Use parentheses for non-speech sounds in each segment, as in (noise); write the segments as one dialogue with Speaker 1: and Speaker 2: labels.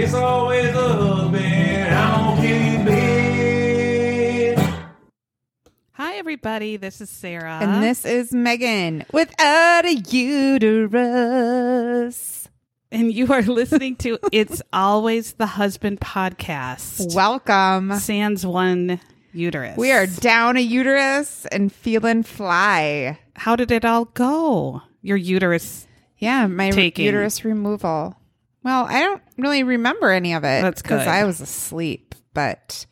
Speaker 1: it's always the husband. I don't keep it.
Speaker 2: Hi, everybody. This is Sarah.
Speaker 3: And this is Megan without a uterus.
Speaker 2: and you are listening
Speaker 3: (laughs)
Speaker 2: to It's Always the Husband podcast.
Speaker 3: Welcome.
Speaker 2: Sans one uterus.
Speaker 3: We are down a uterus and feeling fly.
Speaker 2: How did it all go? Your uterus.
Speaker 3: Yeah, my re-
Speaker 2: Taking.
Speaker 3: uterus removal. Well, I don't really remember any of it.
Speaker 2: That's good.
Speaker 3: I was asleep, but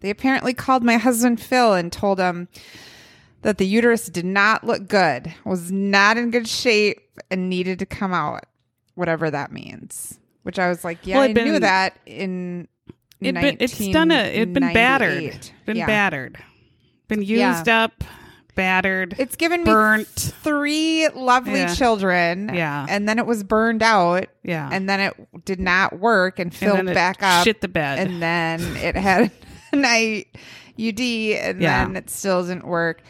Speaker 3: they apparently called my husband Phil and told him that the uterus did not look good, was not in good shape, and needed to come out, whatever that means. Which I was like, yeah,
Speaker 2: Well,
Speaker 3: I
Speaker 2: it'd
Speaker 3: knew
Speaker 2: been-
Speaker 3: that in.
Speaker 2: It'd been, it's done a, it'd been battered.
Speaker 3: 1998.
Speaker 2: Been
Speaker 3: Yeah.
Speaker 2: battered. Been
Speaker 3: Yeah.
Speaker 2: used up, battered.
Speaker 3: It's given me
Speaker 2: burnt.
Speaker 3: three lovely
Speaker 2: Yeah.
Speaker 3: children.
Speaker 2: Yeah.
Speaker 3: And then it was burned out.
Speaker 2: Yeah.
Speaker 3: And then it did not work and filled
Speaker 2: then it
Speaker 3: back up.
Speaker 2: shit the bed.
Speaker 3: And then it had (laughs) a night UD and
Speaker 2: Yeah.
Speaker 3: then it still didn't work.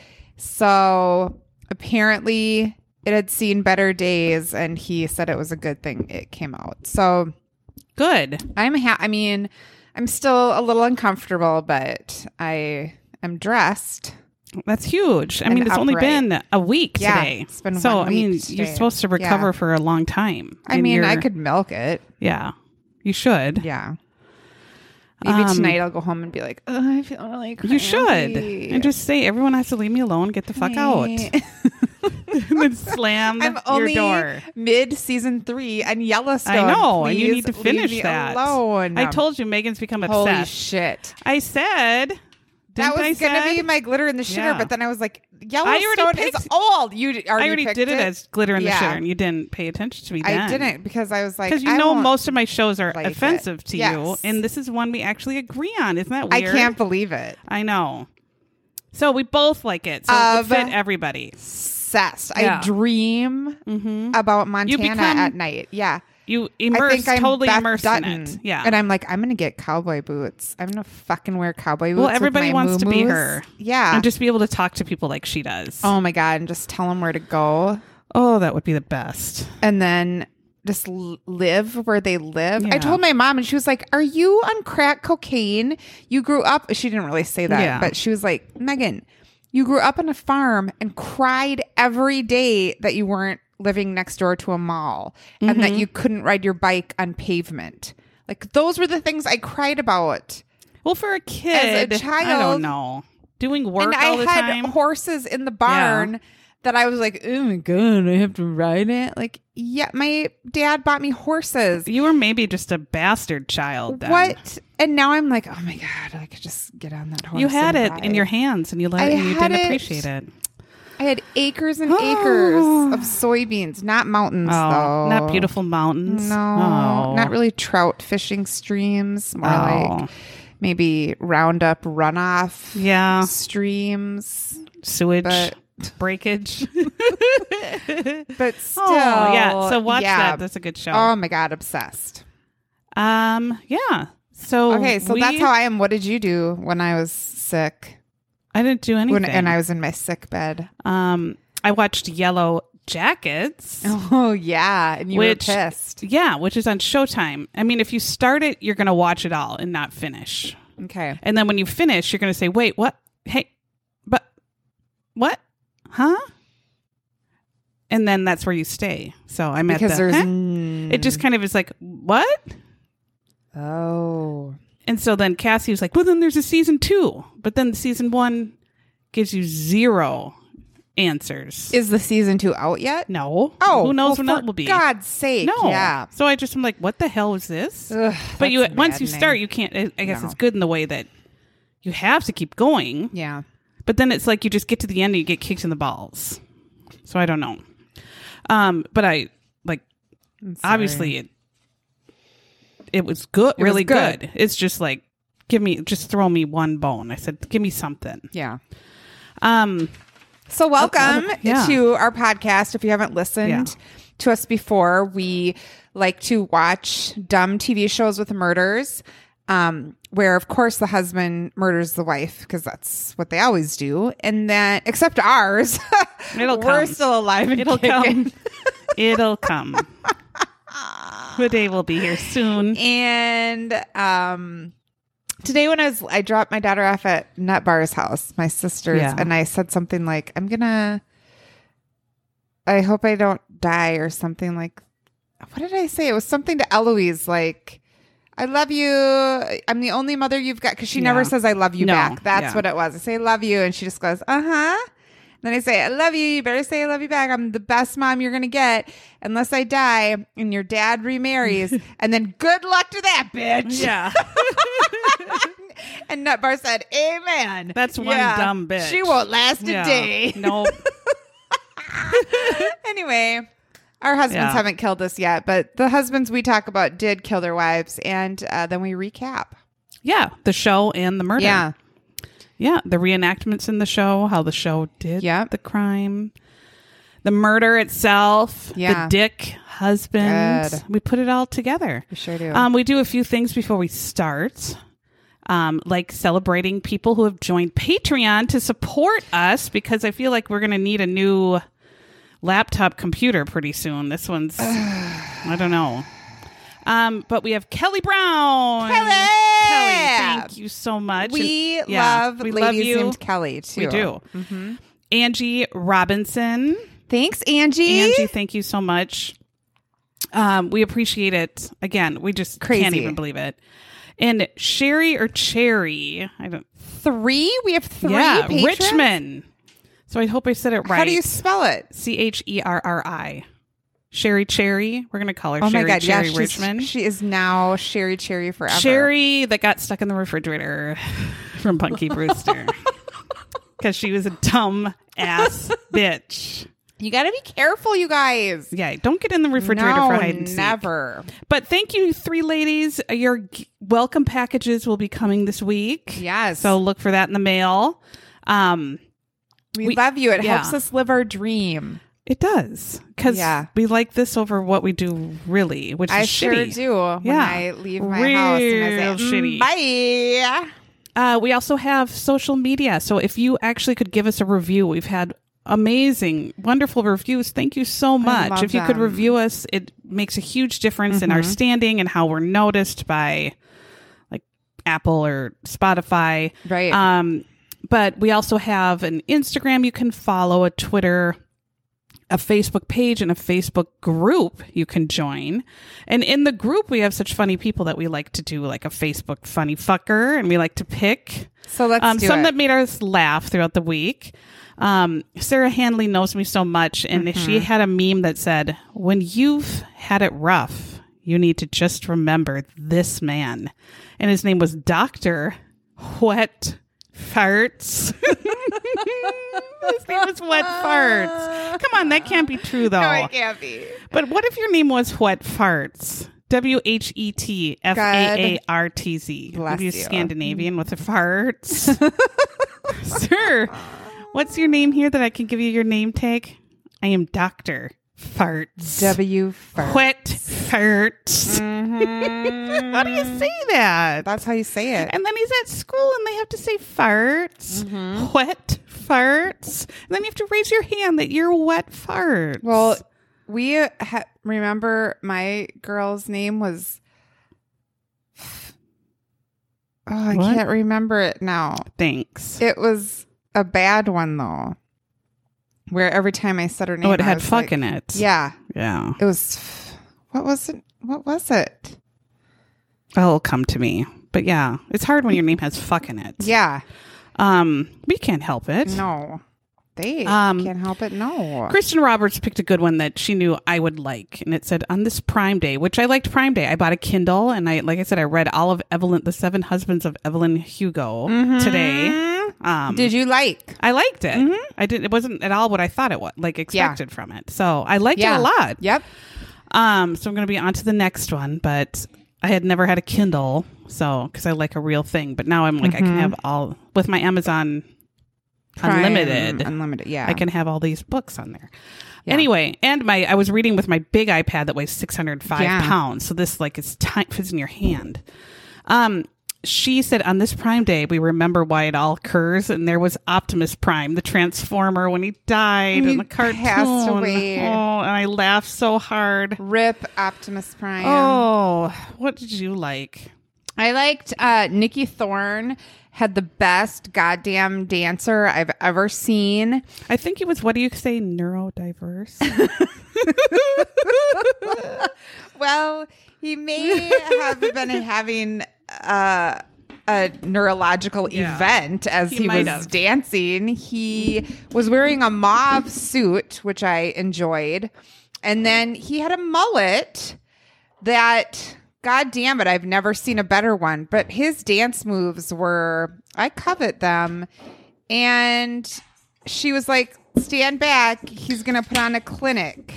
Speaker 3: So apparently it had seen better days and he said it was a good thing it came out. So
Speaker 2: Good.
Speaker 3: I'm ha- I mean, I'm still a little uncomfortable, but I am dressed.
Speaker 2: That's huge. I mean,
Speaker 3: And
Speaker 2: it's only
Speaker 3: upright.
Speaker 2: been a week
Speaker 3: Yeah,
Speaker 2: today.
Speaker 3: it's been
Speaker 2: so.
Speaker 3: one
Speaker 2: I mean,
Speaker 3: week
Speaker 2: you're
Speaker 3: today.
Speaker 2: supposed to
Speaker 3: Yeah.
Speaker 2: recover for a long time.
Speaker 3: I
Speaker 2: and
Speaker 3: mean, I
Speaker 2: you're-
Speaker 3: could milk it.
Speaker 2: Yeah, you should.
Speaker 3: Yeah. Maybe
Speaker 2: Um,
Speaker 3: tonight I'll go home and be like, oh, I feel really crampy.
Speaker 2: You should, and just say everyone has to leave me alone. Get the fuck
Speaker 3: (laughs)
Speaker 2: out, (laughs) and then slam
Speaker 3: I'm
Speaker 2: your
Speaker 3: only
Speaker 2: door.
Speaker 3: mid season three and Yellowstone.
Speaker 2: I know, and you
Speaker 3: Please
Speaker 2: need to
Speaker 3: leave
Speaker 2: finish
Speaker 3: me
Speaker 2: that.
Speaker 3: Alone.
Speaker 2: I told you, Megan's become
Speaker 3: Holy
Speaker 2: obsessed.
Speaker 3: shit!
Speaker 2: I said
Speaker 3: That
Speaker 2: didn't I
Speaker 3: was gonna
Speaker 2: said-
Speaker 3: be my glitter in the shitter,
Speaker 2: Yeah.
Speaker 3: but then I was like,
Speaker 2: already
Speaker 3: Yellowstone is
Speaker 2: picked-
Speaker 3: old. You d- already,
Speaker 2: I already
Speaker 3: picked
Speaker 2: did it, as glitter in
Speaker 3: Yeah.
Speaker 2: the shitter, and you didn't pay attention to me.
Speaker 3: I
Speaker 2: then.
Speaker 3: didn't because I was like,
Speaker 2: Because you
Speaker 3: I
Speaker 2: know
Speaker 3: won't-
Speaker 2: most of my shows are
Speaker 3: like it.
Speaker 2: offensive to you,
Speaker 3: Yes.
Speaker 2: and this is one we actually agree on. Isn't that
Speaker 3: I
Speaker 2: weird?
Speaker 3: can't believe it.
Speaker 2: I know. So we both like it. So it would
Speaker 3: Of-
Speaker 2: fit everybody.
Speaker 3: Obsessed.
Speaker 2: Yeah.
Speaker 3: I dream
Speaker 2: Mm-hmm.
Speaker 3: about Montana
Speaker 2: become-
Speaker 3: at night. Yeah.
Speaker 2: You immerse, totally
Speaker 3: Beth
Speaker 2: immersed in it.
Speaker 3: Dutton.
Speaker 2: Yeah.
Speaker 3: And I'm like, I'm gonna get cowboy boots. I'm gonna fucking wear cowboy boots.
Speaker 2: Well,
Speaker 3: with
Speaker 2: everybody
Speaker 3: my
Speaker 2: wants to be
Speaker 3: muumuus.
Speaker 2: her.
Speaker 3: Yeah.
Speaker 2: and just be able to talk to people like she does.
Speaker 3: oh my god, and just tell them where to go,
Speaker 2: Oh, that would be the best.
Speaker 3: and then just l- live where they live.
Speaker 2: Yeah.
Speaker 3: I told my mom, and she was like, "Are you on crack cocaine? You grew up." She didn't really say that,
Speaker 2: Yeah.
Speaker 3: but she was like, "Megan, you grew up on a farm and cried every day that you weren't." living next door to a mall and
Speaker 2: Mm-hmm.
Speaker 3: that you couldn't ride your bike on pavement. Like those were the things I cried about.
Speaker 2: Well, for a kid, I don't
Speaker 3: child-
Speaker 2: know. Doing work
Speaker 3: and
Speaker 2: all
Speaker 3: I
Speaker 2: the
Speaker 3: had
Speaker 2: time.
Speaker 3: horses in the barn that I was like, oh my god, I have to ride it. Like, yeah, my dad bought me horses.
Speaker 2: you were maybe just a bastard child. Then.
Speaker 3: What? And now I'm like, oh my god, I could just get on that horse.
Speaker 2: You had
Speaker 3: and
Speaker 2: it
Speaker 3: ride.
Speaker 2: in your hands, and you let
Speaker 3: I
Speaker 2: it, and you
Speaker 3: had
Speaker 2: didn't
Speaker 3: it.
Speaker 2: appreciate it.
Speaker 3: I had acres
Speaker 2: (gasps)
Speaker 3: and acres of soybeans, not mountains
Speaker 2: Oh,
Speaker 3: though.
Speaker 2: not beautiful mountains.
Speaker 3: No,
Speaker 2: Oh.
Speaker 3: not really trout fishing streams. More
Speaker 2: Oh.
Speaker 3: like maybe Roundup runoff
Speaker 2: Yeah,
Speaker 3: streams.
Speaker 2: sewage
Speaker 3: But-
Speaker 2: breakage. (laughs)
Speaker 3: But still,
Speaker 2: Oh, yeah. So watch
Speaker 3: yeah.
Speaker 2: that. That's a good show.
Speaker 3: Oh my god, obsessed.
Speaker 2: um, yeah. So
Speaker 3: Okay, so
Speaker 2: we-
Speaker 3: that's how I am. What did you do when I was sick?
Speaker 2: I didn't do anything.
Speaker 3: When and I was in my sick bed.
Speaker 2: um, I watched Yellow Jackets.
Speaker 3: (laughs) Oh yeah, and you
Speaker 2: Which-
Speaker 3: were pissed.
Speaker 2: Yeah, which is on Showtime. I mean, if you start it, you're going to watch it all and not finish.
Speaker 3: Okay.
Speaker 2: And then when you finish, you're going to say, "Wait, what? Hey, but what? Huh?" And then that's where you stay. So I'm at
Speaker 3: Because
Speaker 2: the,
Speaker 3: there's
Speaker 2: huh?
Speaker 3: n-
Speaker 2: it just kind of is like what?
Speaker 3: Oh.
Speaker 2: And so then Cassie was like, well, then there's a season two. But then season one gives you zero answers.
Speaker 3: Is the season two out yet?
Speaker 2: no.
Speaker 3: Oh.
Speaker 2: Who knows when
Speaker 3: well, for
Speaker 2: that will be?
Speaker 3: God's sake.
Speaker 2: no.
Speaker 3: Yeah.
Speaker 2: So I just am like, what the hell is this?
Speaker 3: Ugh,
Speaker 2: but you
Speaker 3: that's
Speaker 2: once you start,
Speaker 3: maddening.
Speaker 2: you can't. I- I guess
Speaker 3: No.
Speaker 2: it's good in the way that you have to keep going.
Speaker 3: Yeah.
Speaker 2: But then it's like you just get to the end and you get kicked in the balls. So I don't know. Um, but I like
Speaker 3: I'm sorry.
Speaker 2: obviously it it was good,
Speaker 3: was
Speaker 2: really
Speaker 3: good.
Speaker 2: good. It's just like give me just throw me one bone. I said give me something.
Speaker 3: Yeah.
Speaker 2: Um,
Speaker 3: So, welcome
Speaker 2: yeah.
Speaker 3: to our podcast. If you haven't listened to us before, we like to watch dumb TV shows with murders, um, where, of course, the husband murders the wife because that's what they always do. And then, except ours, (laughs)
Speaker 2: It'll
Speaker 3: we're
Speaker 2: come.
Speaker 3: still alive and
Speaker 2: it'll
Speaker 3: kicking.
Speaker 2: come. (laughs) it'll come. The day will be here
Speaker 3: (laughs)
Speaker 2: soon.
Speaker 3: And um, today, when I was, I dropped my daughter off at Nut Bar's house, my sister's,
Speaker 2: Yeah.
Speaker 3: and I said something like, "I'm gonna, I hope I don't die," or something like, what did I say? It was something to Eloise like. I love you. I'm the only mother you've got because she
Speaker 2: Yeah.
Speaker 3: never says I love you
Speaker 2: No,
Speaker 3: back. That's
Speaker 2: yeah.
Speaker 3: what it was. I say I love you, and she just goes, uh huh. Then I say I love you. You better say I love you back. I'm the best mom you're gonna get unless I die and your dad
Speaker 2: (laughs)
Speaker 3: remarries. and then good luck to that bitch.
Speaker 2: Yeah,
Speaker 3: (laughs) And Nutbar said, Amen.
Speaker 2: That's one dumb bitch.
Speaker 3: She won't last a
Speaker 2: yeah.
Speaker 3: day.
Speaker 2: No,
Speaker 3: (laughs) anyway, our husbands
Speaker 2: Yeah.
Speaker 3: haven't killed us yet, but the husbands we talk about did kill their wives, and uh, then we recap.
Speaker 2: yeah, the show and the murder.
Speaker 3: Yeah.
Speaker 2: Yeah, the reenactments in the show, how the show did
Speaker 3: Yep.
Speaker 2: the crime, the murder itself,
Speaker 3: Yeah.
Speaker 2: the dick husband.
Speaker 3: Good.
Speaker 2: We put it all together.
Speaker 3: We sure do.
Speaker 2: Um, we do a few things before we start, um, like celebrating people who have joined Patreon to support us because I feel like we're going to need a new laptop computer pretty soon. This
Speaker 3: (sighs)
Speaker 2: one's, I don't know. Um, but we have Kelly Brown.
Speaker 3: Kelly!
Speaker 2: thank you so much.
Speaker 3: we
Speaker 2: And- yeah,
Speaker 3: love ladies named Kelly, too.
Speaker 2: We do.
Speaker 3: Mm-hmm.
Speaker 2: Angie Robinson.
Speaker 3: Thanks, Angie.
Speaker 2: Angie, thank you so much. Um, we appreciate it. Again, we just can't
Speaker 3: Crazy.
Speaker 2: even believe it. And Sherry or Cherry, I don't.
Speaker 3: Three? We have three
Speaker 2: yeah,
Speaker 3: patrons?
Speaker 2: Richmond. So I hope I said it right.
Speaker 3: How do you spell it?
Speaker 2: C H E R R I. Sherry Cherry. We're gonna call her Sherry
Speaker 3: Oh yeah,
Speaker 2: Cherry
Speaker 3: she's-
Speaker 2: Richmond.
Speaker 3: She is now Sherry Cherry forever.
Speaker 2: Sherry that got stuck in the refrigerator (laughs) from Punky
Speaker 3: (laughs)
Speaker 2: Brewster because she was a dumb ass bitch.
Speaker 3: You got to be careful, you guys.
Speaker 2: Yeah, don't get in the refrigerator
Speaker 3: no,
Speaker 2: for hide and seek.
Speaker 3: never.
Speaker 2: But thank you, three ladies. Your g- welcome packages will be coming this week.
Speaker 3: Yes.
Speaker 2: So look for that in the mail. Um,
Speaker 3: We,
Speaker 2: we-
Speaker 3: love you. It
Speaker 2: yeah.
Speaker 3: helps us live our dream.
Speaker 2: it does because
Speaker 3: Yeah.
Speaker 2: we like this over what we do, really, which
Speaker 3: I
Speaker 2: is
Speaker 3: sure
Speaker 2: shitty.
Speaker 3: do. When
Speaker 2: Yeah.
Speaker 3: I leave my house and I
Speaker 2: Real
Speaker 3: say,
Speaker 2: shitty.
Speaker 3: "Mm, bye.
Speaker 2: Uh, we also have social media. So if you actually could give us a review, we've had amazing, wonderful reviews. Thank you so much.
Speaker 3: love
Speaker 2: If you could
Speaker 3: them. Mm-hmm.
Speaker 2: review us, it makes a huge difference in our standing and how we're noticed by like Apple or Spotify.
Speaker 3: Right.
Speaker 2: Um, but we also have an Instagram you can follow, a Twitter, a Facebook page, and a Facebook group you can join. And in the group, we have such funny people that we like to do like a Facebook funny fucker, and we like to pick
Speaker 3: so let's
Speaker 2: um,
Speaker 3: do
Speaker 2: some
Speaker 3: it.
Speaker 2: that made us laugh throughout the week. Um, Sarah Hanley knows me so much, and she
Speaker 3: Mm-hmm.
Speaker 2: had a meme that said, "When you've had it rough, you need to just remember this man," and his name was Doctor Wet Farts. (laughs) his name was Wet Farts. Come on, that can't be true though.
Speaker 3: no, I can't be.
Speaker 2: But what if your name was Wet Farts? W H E T F A A R T Z.
Speaker 3: Bless
Speaker 2: you
Speaker 3: you.
Speaker 2: Scandinavian with the
Speaker 3: (laughs)
Speaker 2: farts. Sir, what's your name here that I can give you your name tag? I am Dr. Farts.
Speaker 3: W. Fart.
Speaker 2: Wet Farts.
Speaker 3: Mm-hmm.
Speaker 2: (laughs) How do you say that?
Speaker 3: That's how you say it.
Speaker 2: And then he's at school and they have to say farts.
Speaker 3: Mm-hmm.
Speaker 2: Wet farts. And then you have to raise your hand that you're wet farts.
Speaker 3: Well, we ha- remember my girl's name was. Oh, I
Speaker 2: What?
Speaker 3: can't remember it now.
Speaker 2: thanks.
Speaker 3: It was a bad one though, where every time I said her name,
Speaker 2: Oh, it
Speaker 3: I
Speaker 2: had
Speaker 3: was
Speaker 2: fuck
Speaker 3: like-
Speaker 2: in it.
Speaker 3: Yeah,
Speaker 2: Yeah.
Speaker 3: it was. f- What was it? What was it?
Speaker 2: It'll Oh, come to me. But yeah, it's hard when your name has fuck in it.
Speaker 3: Yeah,
Speaker 2: Um, we can't help it.
Speaker 3: no, they
Speaker 2: Um,
Speaker 3: can't help it. No,
Speaker 2: Kristen Roberts picked a good one that she knew I would like, and it said on this Prime Day, which I liked Prime Day. I bought a Kindle, and I, like I said, I read all of Evelyn, the Seven Husbands of Evelyn Hugo
Speaker 3: Mm-hmm.
Speaker 2: today. Um,
Speaker 3: did you like?
Speaker 2: I liked it.
Speaker 3: Mm-hmm.
Speaker 2: I didn't. It wasn't at all what I thought it was, like expected from it. So I liked it a lot.
Speaker 3: Yep.
Speaker 2: Um, so I'm going to be on to the next one, but I had never had a Kindle, so because I like a real thing, but now I'm like I can have all with my Amazon
Speaker 3: Mm-hmm. Prime,
Speaker 2: Unlimited.
Speaker 3: Unlimited. Yeah.
Speaker 2: I can have all these books on there. Anyway, and my I was reading with my big iPad that weighs 605
Speaker 3: Yeah.
Speaker 2: pounds. So this like it's time fits in your hand. Um she said on this prime day we remember why it all occurs and there was Optimus Prime, the transformer when he died in the cartoon.
Speaker 3: passed away.
Speaker 2: Oh, and I laughed so hard.
Speaker 3: Rip Optimus Prime.
Speaker 2: Oh, what did you like?
Speaker 3: I liked uh, Nikki Thorne had the best goddamn dancer I've ever seen.
Speaker 2: I think it was what do you say neurodiverse?
Speaker 3: Well, he may
Speaker 2: (laughs)
Speaker 3: have been having uh, a neurological
Speaker 2: Yeah.
Speaker 3: event as
Speaker 2: He
Speaker 3: he,
Speaker 2: might
Speaker 3: was
Speaker 2: have.
Speaker 3: dancing. He was wearing a mauve suit, which I enjoyed. And then he had a mullet that, god damn it, I've never seen a better one. But his dance moves were, I covet them. And she was like, stand back. He's going to put on a clinic.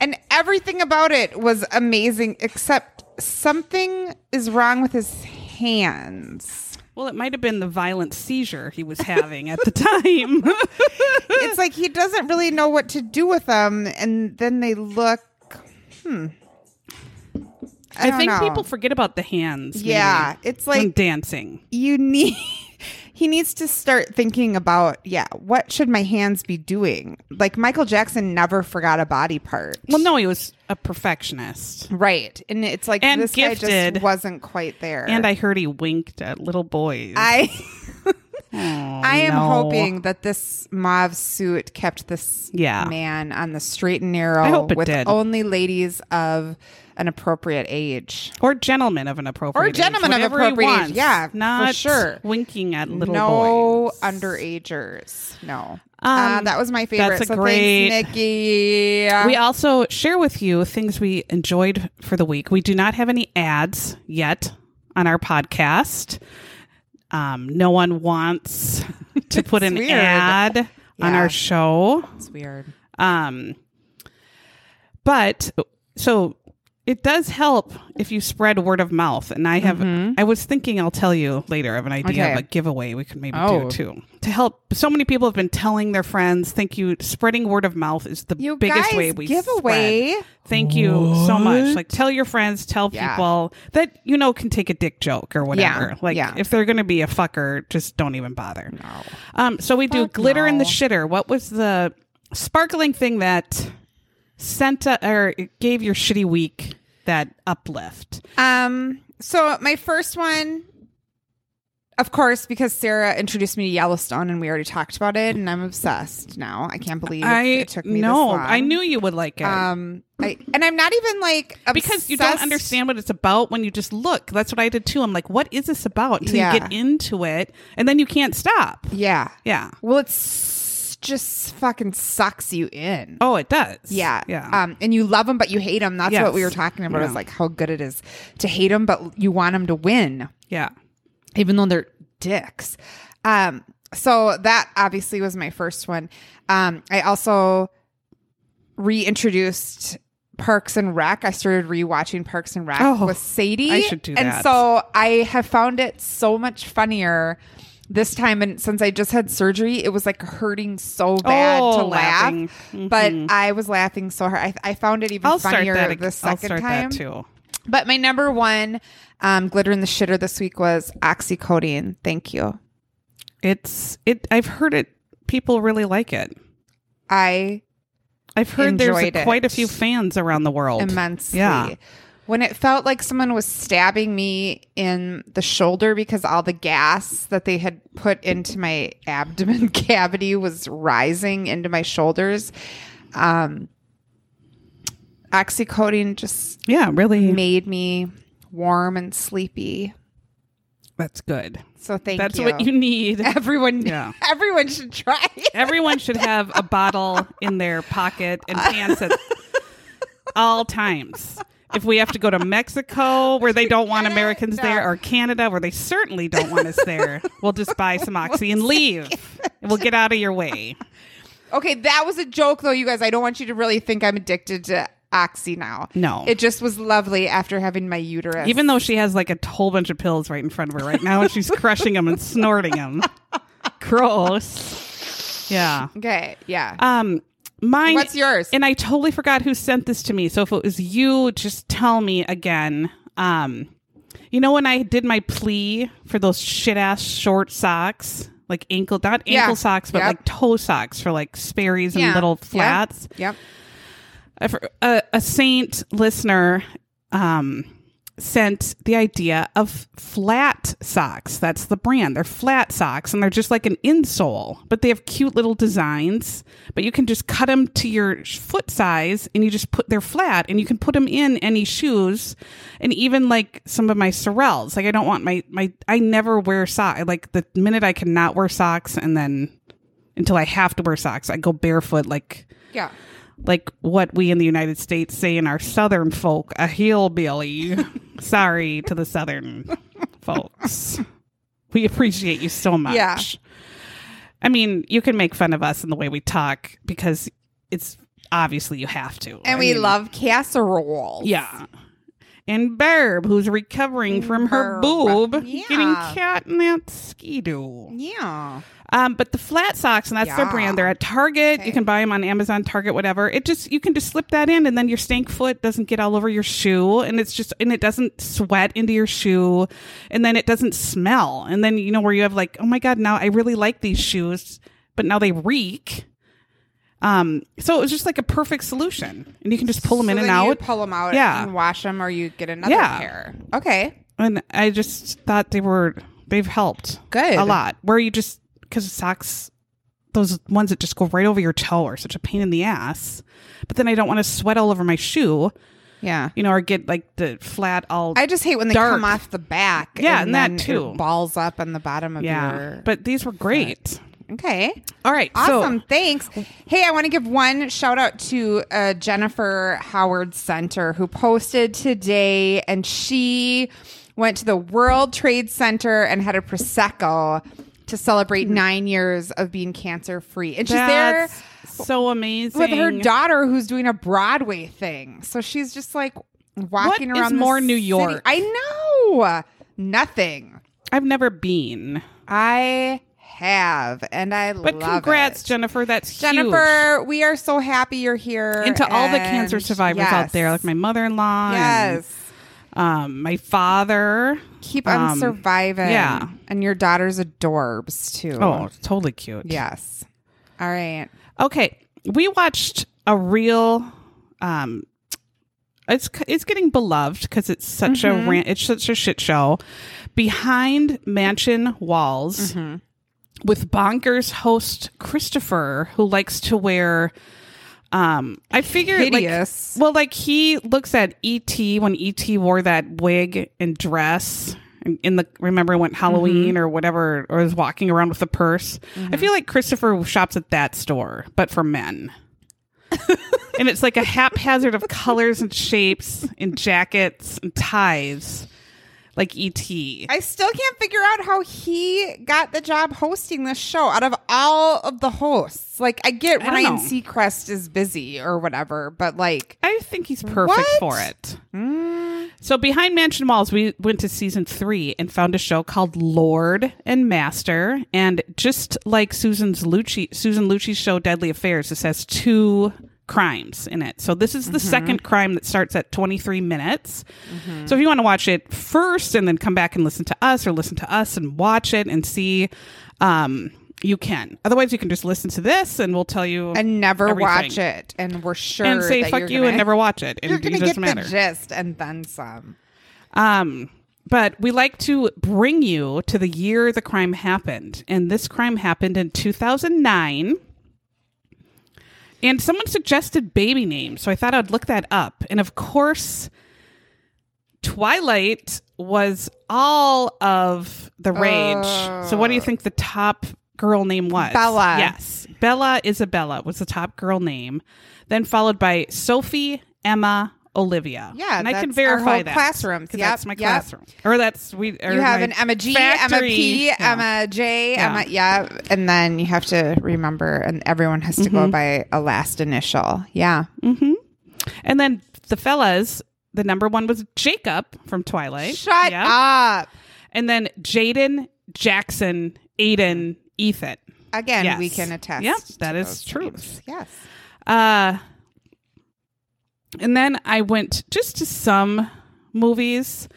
Speaker 3: And everything about it was amazing, except something is wrong with his hands.
Speaker 2: (laughs) well, it might have been the violent seizure he was having at the (laughs) time.
Speaker 3: It's like he doesn't really know what to do with them, and then they look. Hmm. I,
Speaker 2: I,
Speaker 3: don't
Speaker 2: think
Speaker 3: know.
Speaker 2: people forget about the hands.
Speaker 3: Yeah,
Speaker 2: maybe,
Speaker 3: it's
Speaker 2: when
Speaker 3: like
Speaker 2: dancing.
Speaker 3: you need. (laughs) He needs to start thinking about, yeah, what should my hands be doing? Like Michael Jackson never forgot a body part.
Speaker 2: Well, no, he was a perfectionist,
Speaker 3: right, and it's like
Speaker 2: And
Speaker 3: this guy
Speaker 2: gifted.
Speaker 3: just wasn't quite there.
Speaker 2: and I heard he winked at little boys.
Speaker 3: I.
Speaker 2: Oh,
Speaker 3: I am
Speaker 2: no.
Speaker 3: hoping that this mauve suit kept this
Speaker 2: Yeah.
Speaker 3: man on the straight and narrow
Speaker 2: I hope it
Speaker 3: with
Speaker 2: did.
Speaker 3: only ladies of an appropriate age.
Speaker 2: or gentlemen of an appropriate,
Speaker 3: Or
Speaker 2: age,
Speaker 3: gentlemen of
Speaker 2: whatever he
Speaker 3: appropriate age,
Speaker 2: wants.
Speaker 3: yeah, for
Speaker 2: not
Speaker 3: sure.
Speaker 2: winking at little
Speaker 3: no
Speaker 2: boys.
Speaker 3: underagers. No.
Speaker 2: Um,
Speaker 3: Uh, that was my favorite.
Speaker 2: that's a
Speaker 3: so
Speaker 2: great-
Speaker 3: thanks, Nikki. Um,
Speaker 2: We also share with you things we enjoyed for the week. We do not have any ads yet on our podcast. Um, no one wants to put an
Speaker 3: weird.
Speaker 2: ad on
Speaker 3: Yeah.
Speaker 2: our show.
Speaker 3: That's weird.
Speaker 2: Um, but so it does help if you spread word of mouth. And I have, I was thinking, I'll tell you later of an idea of
Speaker 3: Mm-hmm. Okay.
Speaker 2: a giveaway we could maybe
Speaker 3: Oh.
Speaker 2: do too to help. So many people have been telling their friends. Thank you. Spreading word of mouth is the
Speaker 3: You
Speaker 2: biggest
Speaker 3: guys,
Speaker 2: way we
Speaker 3: give
Speaker 2: spread.
Speaker 3: away.
Speaker 2: Thank you so much. Like, tell your friends, tell
Speaker 3: Yeah.
Speaker 2: people that you know can take a dick joke or whatever.
Speaker 3: Yeah,
Speaker 2: Like,
Speaker 3: yeah.
Speaker 2: if they're going to be a fucker, just don't even bother. Um, so we do glitter in the shitter. What was the sparkling thing that sent a, or it gave your shitty week that uplift?
Speaker 3: Um, so my first one, of course, because Sarah introduced me to Yellowstone and we already talked about it, and I'm obsessed now. I can't believe
Speaker 2: I
Speaker 3: it took me
Speaker 2: no,
Speaker 3: this long.
Speaker 2: I knew you would like it.
Speaker 3: Um, I and I'm not even like obsessed.
Speaker 2: because you don't understand what it's about when you just look. That's what I did too. I'm like, what is this about? Until
Speaker 3: Yeah.
Speaker 2: you get into it, and then you can't stop.
Speaker 3: Yeah.
Speaker 2: Yeah.
Speaker 3: Well, it's just fucking sucks you in.
Speaker 2: Oh, it does.
Speaker 3: Yeah.
Speaker 2: Yeah.
Speaker 3: Um, and you love them, but you hate them. That's
Speaker 2: Yes.
Speaker 3: what we were talking about.
Speaker 2: Yeah.
Speaker 3: Is like how good it is to hate them, but you want them to win.
Speaker 2: yeah.
Speaker 3: even though they're dicks. Um, so that obviously was my first one. Um, I also reintroduced Parks and Rec. I started rewatching Parks and Rec
Speaker 2: Oh,
Speaker 3: with Sadie.
Speaker 2: I should do that.
Speaker 3: And so I have found it so much funnier this time and since I just had surgery, it was like hurting so bad
Speaker 2: Oh,
Speaker 3: to laugh.
Speaker 2: laughing. Mm-hmm.
Speaker 3: But I was laughing so hard. I, I found it even
Speaker 2: I'll start
Speaker 3: funnier
Speaker 2: that. ag-
Speaker 3: the
Speaker 2: I'll
Speaker 3: second
Speaker 2: start
Speaker 3: time.
Speaker 2: that too.
Speaker 3: But my number one um, glitter in the shitter this week was oxycodone. Thank you.
Speaker 2: It's it. I've heard it. People really like it.
Speaker 3: I
Speaker 2: I've heard there's
Speaker 3: Enjoyed
Speaker 2: a- quite a
Speaker 3: it.
Speaker 2: few fans around the world.
Speaker 3: immensely.
Speaker 2: Yeah.
Speaker 3: When it felt like someone was stabbing me in the shoulder because all the gas that they had put into my abdomen (laughs) cavity was rising into my shoulders, um, oxycodone just
Speaker 2: Yeah, really.
Speaker 3: made me warm and sleepy.
Speaker 2: That's good.
Speaker 3: So thank
Speaker 2: That's
Speaker 3: you.
Speaker 2: what you need.
Speaker 3: Everyone,
Speaker 2: Yeah.
Speaker 3: (laughs) everyone should try. it.
Speaker 2: Everyone should have a bottle in their pocket and pants
Speaker 3: (laughs)
Speaker 2: at all times. If we have to go to Mexico where they don't want Americans there, or Canada where they certainly don't want us there, we'll just buy some oxy
Speaker 3: (laughs)
Speaker 2: and leave. We'll get out of your way.
Speaker 3: Okay, that was a joke though, you guys. I don't want you to really think I'm addicted to oxy now.
Speaker 2: No.
Speaker 3: It just was lovely after having my uterus.
Speaker 2: Even though she has like a whole bunch of pills right in front of her right now and
Speaker 3: (laughs)
Speaker 2: she's crushing them and snorting them. Gross. Yeah.
Speaker 3: Okay, yeah.
Speaker 2: Um mine
Speaker 3: What's yours?
Speaker 2: And I totally forgot who sent this to me. So if it was you, just tell me again. Um you know when I did my plea for those shit ass short socks? Like ankle not ankle
Speaker 3: Yeah.
Speaker 2: socks, but
Speaker 3: Yep.
Speaker 2: like toe socks for like Sperry's and
Speaker 3: Yeah.
Speaker 2: little
Speaker 3: Yep.
Speaker 2: flats.
Speaker 3: Yep.
Speaker 2: a, fr- a, a saint listener um, sent the idea of flat socks. That's the brand. They're flat socks and they're just like an insole, but they have cute little designs. But you can just cut them to your sh- foot size and you just put they're flat and you can put them in any shoes and even like some of my sorels. Like I don't want my my I never wear sock. Like the minute I cannot wear socks and then until I have to wear socks, I go barefoot like
Speaker 3: Yeah.
Speaker 2: like what we in the United States say in our Southern folk, a hillbilly.
Speaker 3: (laughs)
Speaker 2: Sorry to the Southern folks. We appreciate you so much.
Speaker 3: Yeah.
Speaker 2: I mean, you can make fun of us in the way we talk because it's obviously you have to. I
Speaker 3: And we
Speaker 2: mean,
Speaker 3: love casserole.
Speaker 2: Yeah. And Barb, who's recovering from her
Speaker 3: Barb.
Speaker 2: boob,
Speaker 3: Yeah.
Speaker 2: getting cat in that skidoo.
Speaker 3: Yeah.
Speaker 2: Um, but the flat socks, and that's their
Speaker 3: Yeah.
Speaker 2: brand. They're at Target.
Speaker 3: Okay.
Speaker 2: You can buy them on Amazon, Target, whatever. It just you can just slip that in, and then your stank foot doesn't get all over your shoe, and it's just and it doesn't sweat into your shoe, and then it doesn't smell, and then you know where you have like, oh my god, now I really like these shoes, but now they reek. Um, so it was just like a perfect solution, and you can just pull them in
Speaker 3: So
Speaker 2: and
Speaker 3: then you
Speaker 2: out.
Speaker 3: pull them out
Speaker 2: Yeah.
Speaker 3: and wash them or you get another
Speaker 2: Yeah.
Speaker 3: pair. Okay.
Speaker 2: and I just thought they were they've helped
Speaker 3: Good.
Speaker 2: a lot. Where you just because socks, those ones that just go right over your toe are such a pain in the ass. But then I don't want to sweat all over my shoe,
Speaker 3: Yeah.
Speaker 2: you know, or get like the flat all.
Speaker 3: I just hate when they
Speaker 2: Dark.
Speaker 3: come off the back.
Speaker 2: Yeah, and that
Speaker 3: then it
Speaker 2: too.
Speaker 3: balls up on the bottom of
Speaker 2: yeah,
Speaker 3: your.
Speaker 2: but these were great.
Speaker 3: okay.
Speaker 2: All right,
Speaker 3: Awesome.
Speaker 2: So,
Speaker 3: Thanks. Hey, I want to give one shout out to uh, Jennifer Howard Center, who posted today, and she went to the World Trade Center and had a Prosecco to celebrate nine years of being cancer free. And she's there
Speaker 2: Hmm. That's so amazing.
Speaker 3: with her daughter who's doing a Broadway thing. So she's just like walking
Speaker 2: What is
Speaker 3: around the
Speaker 2: more New
Speaker 3: city.
Speaker 2: York?
Speaker 3: I know. Nothing.
Speaker 2: I've never been,
Speaker 3: I have and I
Speaker 2: but
Speaker 3: love
Speaker 2: congrats,
Speaker 3: it.
Speaker 2: Jennifer. That's huge.
Speaker 3: Jennifer, we are so happy you're here.
Speaker 2: And to all the cancer
Speaker 3: and
Speaker 2: survivors
Speaker 3: yes.
Speaker 2: out there, like my mother-in-law, and,
Speaker 3: yes,
Speaker 2: um, my father.
Speaker 3: keep on
Speaker 2: um,
Speaker 3: surviving.
Speaker 2: yeah.
Speaker 3: and your daughter's adorbs too.
Speaker 2: Oh, it's totally cute.
Speaker 3: yes. All right.
Speaker 2: Okay, we watched a real. Um, it's it's getting beloved because it's such a rant, it's such a shit show. Behind mansion walls, with bonkers host Christopher, who likes to wear. Um, I figure
Speaker 3: Hideous.
Speaker 2: like well, like he looks at ET when ET wore that wig and dress. in- In the remember when Halloween or whatever, or was walking around with a purse. I feel like Christopher shops at that store, but for men. and it's like a haphazard of colors and shapes and jackets and ties, like E ET.
Speaker 3: I still can't figure out how he got the job hosting this show out of all of the hosts. Like, I get
Speaker 2: don't
Speaker 3: Ryan
Speaker 2: know.
Speaker 3: Seacrest is busy or whatever, but like,
Speaker 2: I think he's perfect
Speaker 3: What?
Speaker 2: for it. So behind mansion walls, we went to season three and found a show called Lord and Master, and just like Susan's Lucci, Susan Lucci's show Deadly Affairs, this has two crimes in it. So this is the
Speaker 3: Mm-hmm.
Speaker 2: second crime that starts at 23 minutes. So if you want to watch it first and then come back and listen to us, or listen to us and watch it and see. Um, you can. Otherwise, you can just listen to this, and we'll tell you
Speaker 3: and never
Speaker 2: everything
Speaker 3: watch it. And we're sure
Speaker 2: and say
Speaker 3: that
Speaker 2: fuck
Speaker 3: you're
Speaker 2: you
Speaker 3: gonna-
Speaker 2: and never watch it. And
Speaker 3: (laughs) You're
Speaker 2: it
Speaker 3: gonna
Speaker 2: doesn't
Speaker 3: get
Speaker 2: matter.
Speaker 3: the gist and then some.
Speaker 2: Um, but we like to bring you to the year the crime happened, and this crime happened in 2009. And someone suggested baby names, so I thought I'd look that up. And of course, Twilight was all of the rage. so, what do you think the top girl name was?
Speaker 3: Oh. Bella.
Speaker 2: Yes. Bella Isabella was the top girl name, then followed by Sophie, Emma, Olivia.
Speaker 3: Yeah,
Speaker 2: and I can
Speaker 3: that's our
Speaker 2: verify
Speaker 3: whole
Speaker 2: that.
Speaker 3: classrooms.
Speaker 2: 'cause
Speaker 3: Yep,
Speaker 2: that's my
Speaker 3: yep.
Speaker 2: classroom, or that's we. Or
Speaker 3: You have
Speaker 2: my
Speaker 3: an Emma G, Emma
Speaker 2: factory.
Speaker 3: P,
Speaker 2: Yeah.
Speaker 3: Emma J,
Speaker 2: Yeah.
Speaker 3: Emma, yeah. And then you have
Speaker 2: Mm-hmm.
Speaker 3: to remember, and everyone has to go by a last initial. Yeah.
Speaker 2: And then the fellas, the number one was Jacob from Twilight.
Speaker 3: Shut
Speaker 2: Yeah.
Speaker 3: up.
Speaker 2: And then Jaden, Jackson, Aiden, Ethan.
Speaker 3: Again,
Speaker 2: Yes.
Speaker 3: we can attest.
Speaker 2: Yep,
Speaker 3: to
Speaker 2: that is
Speaker 3: those
Speaker 2: true.
Speaker 3: names. Yes.
Speaker 2: Uh, and then I went just to some movies.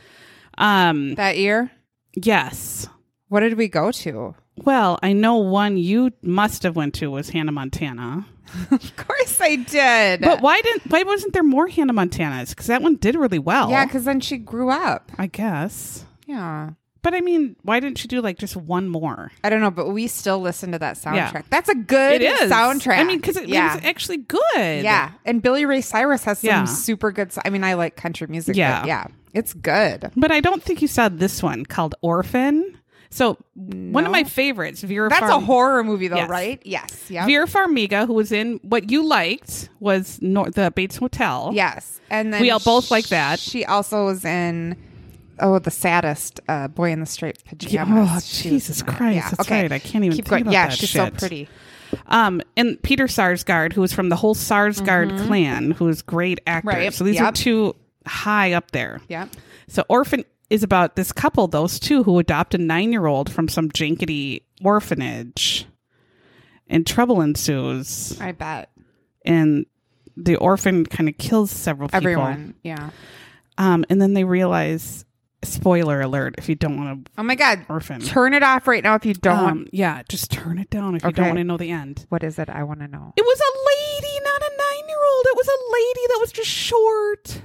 Speaker 2: Um,
Speaker 3: That year,
Speaker 2: yes.
Speaker 3: what did we go to? (laughs)
Speaker 2: Well, I know one you must have went to was Hannah Montana.
Speaker 3: Of course I did.
Speaker 2: But why didn't why wasn't there more Hannah Montanas? Because that one did really well.
Speaker 3: yeah, because then she grew up.
Speaker 2: I guess.
Speaker 3: Yeah.
Speaker 2: But I mean, why didn't you do like just one more?
Speaker 3: I don't know, but we still listen to that soundtrack.
Speaker 2: Yeah.
Speaker 3: That's a good soundtrack.
Speaker 2: I mean, because it,
Speaker 3: yeah.
Speaker 2: was actually good.
Speaker 3: yeah. And Billy Ray Cyrus has some
Speaker 2: Yeah.
Speaker 3: super good. so- I mean, I like country music.
Speaker 2: Yeah.
Speaker 3: But yeah. It's good.
Speaker 2: But I don't think you saw this one called Orphan. So one of my favorites, Vera.
Speaker 3: That's a
Speaker 2: Farm-
Speaker 3: horror movie, though,
Speaker 2: Yes.
Speaker 3: right? Yes. Yeah.
Speaker 2: Vera Farmiga, who was in what you liked, was Nor- the Bates Motel.
Speaker 3: Yes. And then
Speaker 2: We all both like
Speaker 3: sh-
Speaker 2: that.
Speaker 3: She also was in oh the saddest uh, boy in the straight pajamas.
Speaker 2: oh,
Speaker 3: She was
Speaker 2: Jesus
Speaker 3: in that.
Speaker 2: Christ, that's right. I can't even
Speaker 3: Keep
Speaker 2: think
Speaker 3: going.
Speaker 2: about
Speaker 3: yeah,
Speaker 2: that
Speaker 3: she's
Speaker 2: shit.
Speaker 3: so pretty.
Speaker 2: Um, and Peter Sarsgaard, who was from the whole Sarsgaard clan, who is great actor.
Speaker 3: Mm-hmm. Right,
Speaker 2: So these are
Speaker 3: yep.
Speaker 2: two high up there.
Speaker 3: Yeah.
Speaker 2: So Orphan is about this couple, those two, who adopt a nine year old from some jankety orphanage. And trouble ensues.
Speaker 3: I bet.
Speaker 2: And the orphan kind of kills several people.
Speaker 3: Everyone. Yeah.
Speaker 2: Um, and then they realize spoiler alert if you don't want to
Speaker 3: Oh my god.
Speaker 2: orphan.
Speaker 3: Turn it off right now if you don't want
Speaker 2: Um, yeah, just turn it down if you don't
Speaker 3: Okay.
Speaker 2: want to know the end.
Speaker 3: what is it? I want to know.
Speaker 2: It was a lady, not a nine year old. It was a lady that was just short.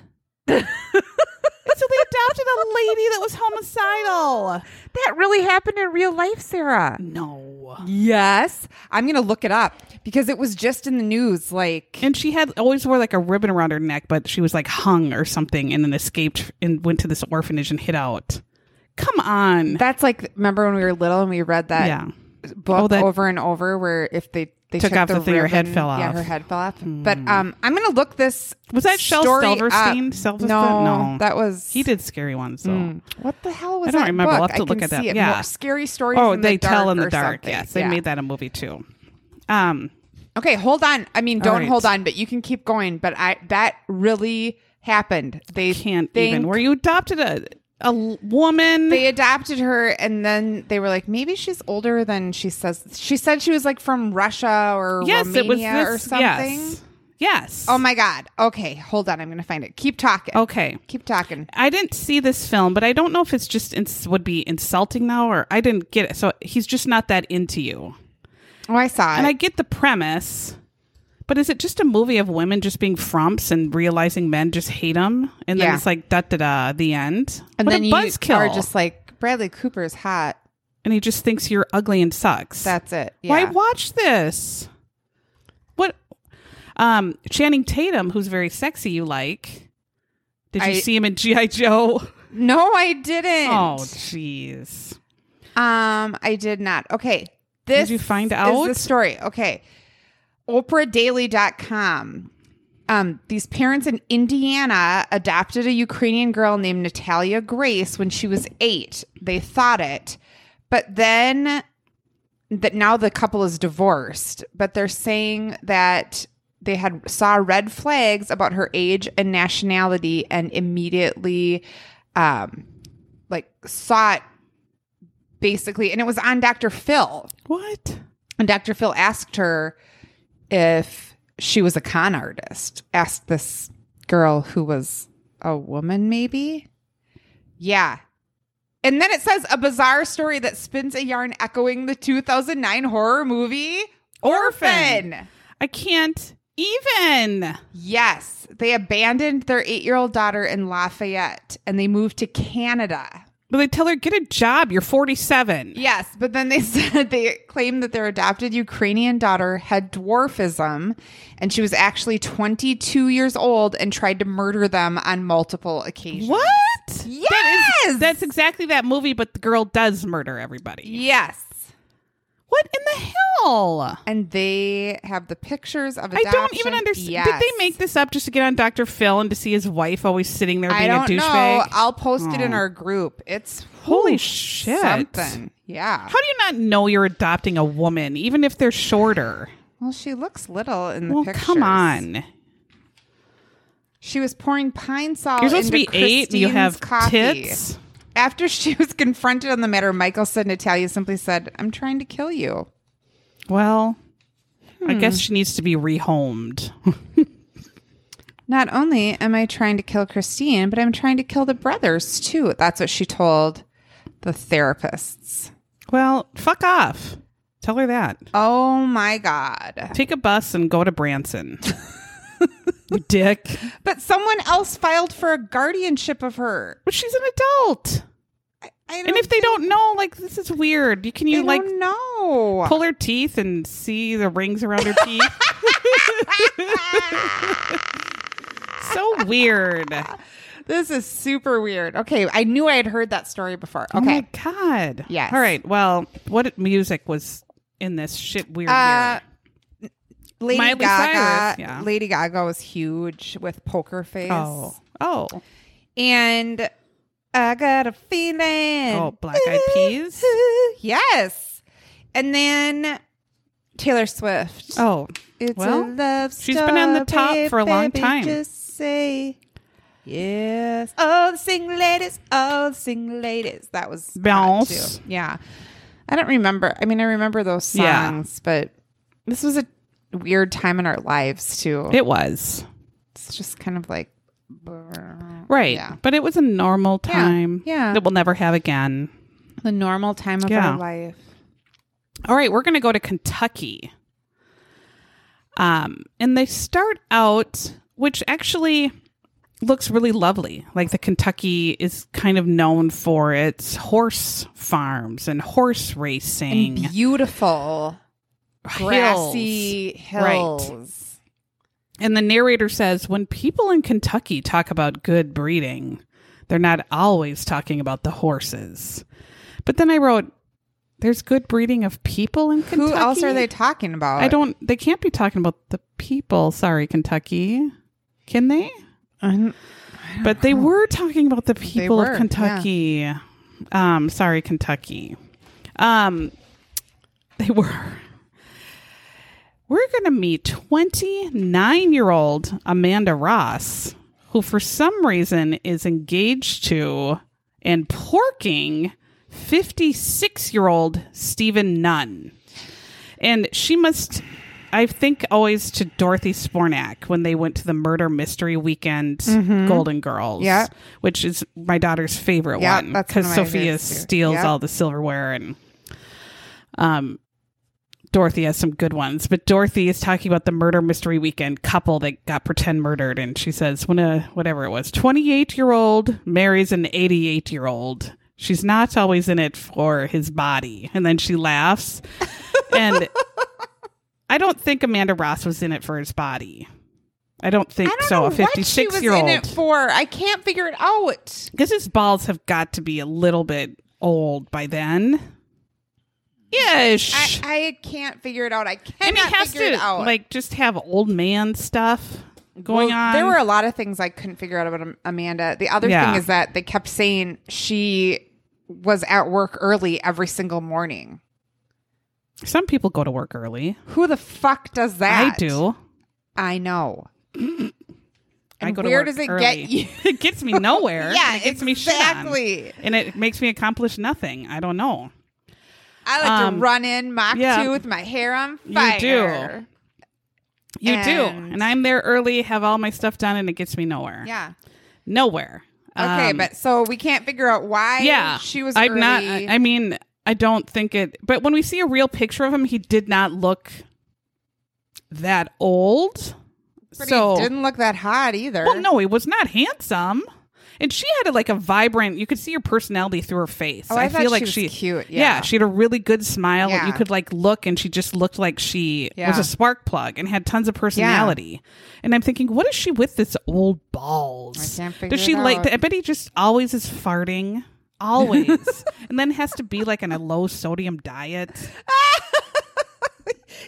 Speaker 3: (laughs)
Speaker 2: and so they adopted a lady that was homicidal.
Speaker 3: That really happened in real life, Sarah.
Speaker 2: No.
Speaker 3: Yes. I'm gonna look it up because it was just in the news like
Speaker 2: And she had always wore like a ribbon around her neck, but she was like hung or something and then escaped and went to this orphanage and hid out. Come on.
Speaker 3: that's like remember when we were little and we read that
Speaker 2: yeah.
Speaker 3: book
Speaker 2: Oh, that-
Speaker 3: over and over where if they, they
Speaker 2: Took
Speaker 3: took
Speaker 2: off the thing, her head
Speaker 3: ribbon-
Speaker 2: fell
Speaker 3: Yeah,
Speaker 2: off. Hmm.
Speaker 3: her head fell off. But um, I'm gonna look this.
Speaker 2: Was that Shel
Speaker 3: story up.
Speaker 2: Silverstein? Silverstein?
Speaker 3: No,
Speaker 2: No.
Speaker 3: that was
Speaker 2: He did scary ones though.
Speaker 3: Mm. What the hell was
Speaker 2: I don't
Speaker 3: that
Speaker 2: remember. I'll
Speaker 3: book?
Speaker 2: have to
Speaker 3: I
Speaker 2: look
Speaker 3: can
Speaker 2: at that.
Speaker 3: see it.
Speaker 2: Yeah.
Speaker 3: More scary stories.
Speaker 2: Oh,
Speaker 3: in
Speaker 2: they
Speaker 3: the dark
Speaker 2: tell in the
Speaker 3: or
Speaker 2: dark.
Speaker 3: something.
Speaker 2: Yes, they
Speaker 3: Yeah.
Speaker 2: made that a movie too. Um,
Speaker 3: Okay, hold on. I mean, don't
Speaker 2: right.
Speaker 3: hold on, but you can keep going. But I that really happened. They
Speaker 2: can't
Speaker 3: think
Speaker 2: even. Where you adopted a a l- woman?
Speaker 3: They adopted her, and then they were like, maybe she's older than she says. She said she was like from Russia or
Speaker 2: yes,
Speaker 3: Romania
Speaker 2: it was this,
Speaker 3: or something.
Speaker 2: Yes. yes.
Speaker 3: Oh my god. Okay, hold on. I'm gonna find it. Keep talking.
Speaker 2: Okay.
Speaker 3: Keep talking.
Speaker 2: I didn't see this film, but I don't know if it's just ins- would be insulting now or I didn't get it. So he's just not that into you.
Speaker 3: Oh, I saw it.
Speaker 2: And I get the premise, but is it just a movie of women just being frumps and realizing men just hate them? And then
Speaker 3: Yeah.
Speaker 2: it's like da da da the end.
Speaker 3: and
Speaker 2: what
Speaker 3: then
Speaker 2: a
Speaker 3: you
Speaker 2: buzzkill.
Speaker 3: are just like Bradley Cooper's hot.
Speaker 2: and he just thinks you're ugly and sucks.
Speaker 3: That's it.
Speaker 2: Why
Speaker 3: Yeah.
Speaker 2: watch this? What? Um, Channing Tatum, who's very sexy, you like? Did you
Speaker 3: I-
Speaker 2: see him in GI Joe?
Speaker 3: (laughs) No, I didn't.
Speaker 2: Oh, jeez.
Speaker 3: Um, I did not. Okay. This
Speaker 2: Did you find
Speaker 3: is the
Speaker 2: out?
Speaker 3: story. Okay. OprahDaily.com. Um, these parents in Indiana adopted a Ukrainian girl named Natalia Grace when she was eight. They thought it. But then that now the couple is divorced, but they're saying that they had saw red flags about her age and nationality and immediately um like sought basically and it was on Dr. Phil.
Speaker 2: What?
Speaker 3: And Dr. Phil asked her if she was a con artist. Asked this girl who was a woman, maybe? Yeah. And then it says a bizarre story that spins a yarn echoing the 2009 horror movie Orphan.
Speaker 2: I can't even.
Speaker 3: Yes, they abandoned their eight year old daughter in Lafayette and they moved to Canada.
Speaker 2: But they tell her, get a job. You're 47.
Speaker 3: Yes, but then they (laughs) said they claimed that their adopted Ukrainian daughter had dwarfism and she was actually 22 years old and tried to murder them on multiple occasions.
Speaker 2: What? That
Speaker 3: Yes!
Speaker 2: is, that's exactly that movie, but the girl does murder everybody.
Speaker 3: Yes.
Speaker 2: What in the hell?
Speaker 3: And they have the pictures of adoption.
Speaker 2: I don't even understand.
Speaker 3: Yes.
Speaker 2: Did they make this up just to get on Dr. Phil and to see his wife always sitting there being
Speaker 3: I don't
Speaker 2: a
Speaker 3: know.
Speaker 2: douchebag? Oh.
Speaker 3: I'll post it in our group. It's
Speaker 2: Holy
Speaker 3: whew,
Speaker 2: shit.
Speaker 3: Something. Yeah.
Speaker 2: How do you not know you're adopting a woman, even if they're shorter?
Speaker 3: Well, she looks little in the
Speaker 2: Well,
Speaker 3: pictures.
Speaker 2: come on.
Speaker 3: She was pouring pine salt.
Speaker 2: You're supposed to be
Speaker 3: Oh, into
Speaker 2: eight. and You
Speaker 3: Christine's
Speaker 2: have
Speaker 3: coffee.
Speaker 2: tits.
Speaker 3: After she (laughs) was confronted on the matter, Michael said Natalia simply said, "I'm trying to kill you."
Speaker 2: Well, I
Speaker 3: Hmm.
Speaker 2: guess she needs to be rehomed. (laughs)
Speaker 3: Not only am I trying to kill Christine, but I'm trying to kill the brothers too. That's what she told the therapists.
Speaker 2: well, fuck off. Tell her that.
Speaker 3: Oh my god.
Speaker 2: Take a bus and go to
Speaker 3: (laughs)
Speaker 2: Branson. you dick.
Speaker 3: But someone else filed for a guardianship of her.
Speaker 2: But she's an adult.
Speaker 3: I, I don't
Speaker 2: And if they don't know, like this is weird. You can you like
Speaker 3: no.
Speaker 2: pull her teeth and see the rings around her
Speaker 3: (laughs)
Speaker 2: teeth. so weird. Oh
Speaker 3: This is super weird. Okay, I knew I had heard that story before.
Speaker 2: Oh my
Speaker 3: Okay.
Speaker 2: god.
Speaker 3: Yes.
Speaker 2: All right. Well, what music was in this shit weird
Speaker 3: uh
Speaker 2: year?
Speaker 3: Lady
Speaker 2: Miley Cyrus,
Speaker 3: Gaga.
Speaker 2: yeah.
Speaker 3: Lady Gaga was huge with Poker Face.
Speaker 2: Oh. Oh.
Speaker 3: And I got a feeling.
Speaker 2: Oh, Black Eyed Peas?
Speaker 3: (laughs) yes. And then Taylor Swift.
Speaker 2: Oh.
Speaker 3: It's
Speaker 2: Well,
Speaker 3: a love story.
Speaker 2: she's been on the top for a long
Speaker 3: baby,
Speaker 2: time.
Speaker 3: Just say yes. Oh, the single ladies. Oh, the single ladies. That was hot,
Speaker 2: Bounce.
Speaker 3: too. Yeah, I don't remember. I mean, I remember those
Speaker 2: Yeah.
Speaker 3: songs, but this was a weird time in our lives too.
Speaker 2: It was.
Speaker 3: It's just kind of like
Speaker 2: Right.
Speaker 3: Yeah.
Speaker 2: But it was a normal
Speaker 3: Yeah,
Speaker 2: time
Speaker 3: yeah.
Speaker 2: that we'll never have again.
Speaker 3: the normal time of
Speaker 2: Yeah.
Speaker 3: our life.
Speaker 2: All right, we're going to go to Kentucky. Um, and they start out, which actually looks really lovely. Like the Kentucky is kind of known for its horse farms and horse racing,
Speaker 3: Beautiful
Speaker 2: hills.
Speaker 3: grassy
Speaker 2: Right.
Speaker 3: hills.
Speaker 2: And the narrator says when people in Kentucky talk about good breeding, they're not always talking about the horses. But then I wrote, there's good breeding of people in Kentucky.
Speaker 3: Who else are they talking about?
Speaker 2: I don't, they can't be talking about the people. Sorry, Kentucky. Can they?
Speaker 3: I'm-
Speaker 2: But they were talking about the people
Speaker 3: were,
Speaker 2: of Kentucky. Um, sorry, Kentucky. Um, (laughs) they were. We're going to meet 29 year old Amanda Ross, who for some reason is engaged to and porking 56 year old Stephen Nunn. And she must, I think, always to Dorothy Spornak when they went to the murder mystery weekend Golden Girls.
Speaker 3: Yeah.
Speaker 2: Which is my daughter's favorite
Speaker 3: Yeah,
Speaker 2: one.
Speaker 3: that's one
Speaker 2: Because
Speaker 3: of my
Speaker 2: Sophia
Speaker 3: favorites, too.
Speaker 2: steals
Speaker 3: Yeah.
Speaker 2: all the silverware and um Dorothy has some good ones, but Dorothy is talking about the murder mystery weekend couple that got pretend murdered, and she says when a whatever it was, twenty eight year old marries an eighty eight year old. She's not always in it for his body, and then she
Speaker 3: (laughs)
Speaker 2: laughs. And I don't think Amanda Ross was in it for his body. I don't think
Speaker 3: I don't
Speaker 2: so.
Speaker 3: know
Speaker 2: A fifty six
Speaker 3: what she
Speaker 2: year
Speaker 3: was in it
Speaker 2: old
Speaker 3: for. I can't figure it out.
Speaker 2: because his balls have got to be a little bit old by then. Ish.
Speaker 3: I, I can't figure it out. I cannot
Speaker 2: and he has
Speaker 3: figure
Speaker 2: to
Speaker 3: it out.
Speaker 2: like just have old man stuff going
Speaker 3: Well,
Speaker 2: on.
Speaker 3: There were a lot of things I couldn't figure out about Am- Amanda. The other
Speaker 2: Yeah.
Speaker 3: thing is that they kept saying she was at work early every single morning.
Speaker 2: some people go to work early.
Speaker 3: Who the fuck does that?
Speaker 2: I do.
Speaker 3: I know.
Speaker 2: I
Speaker 3: And
Speaker 2: go to
Speaker 3: where
Speaker 2: work
Speaker 3: does it
Speaker 2: early.
Speaker 3: get you?
Speaker 2: (laughs) it gets me nowhere.
Speaker 3: (laughs) Yeah,
Speaker 2: and it gets me
Speaker 3: exactly.
Speaker 2: shit on. and it makes me accomplish nothing. I don't know.
Speaker 3: I like
Speaker 2: Um,
Speaker 3: to run in Mach
Speaker 2: yeah.
Speaker 3: 2 with my hair on
Speaker 2: You
Speaker 3: fire.
Speaker 2: do. You do,
Speaker 3: And-
Speaker 2: and I'm there early, have all my stuff done, and it gets me nowhere.
Speaker 3: Yeah.
Speaker 2: nowhere.
Speaker 3: Okay,
Speaker 2: Um,
Speaker 3: but so we can't figure out why
Speaker 2: yeah,
Speaker 3: she was
Speaker 2: I'm
Speaker 3: early.
Speaker 2: not. I I mean, I don't think it. But when we see a real picture of him, he did not look that old.
Speaker 3: But
Speaker 2: so
Speaker 3: he didn't look that hot either.
Speaker 2: Well, no, he was not handsome. And she had a, like a vibrant, you could see her personality through her face.
Speaker 3: Oh, I thought
Speaker 2: feel
Speaker 3: she
Speaker 2: like
Speaker 3: was
Speaker 2: she
Speaker 3: cute, yeah.
Speaker 2: she had a really good smile.
Speaker 3: Yeah.
Speaker 2: You could like look and she just looked like she
Speaker 3: Yeah.
Speaker 2: was a spark plug and had tons of personality. And I'm thinking, what is she with this old balls?
Speaker 3: I can't figure
Speaker 2: Does she
Speaker 3: it
Speaker 2: like
Speaker 3: out.
Speaker 2: I bet he just always is farting.
Speaker 3: (laughs)
Speaker 2: Always. and then has to be like on a low sodium diet.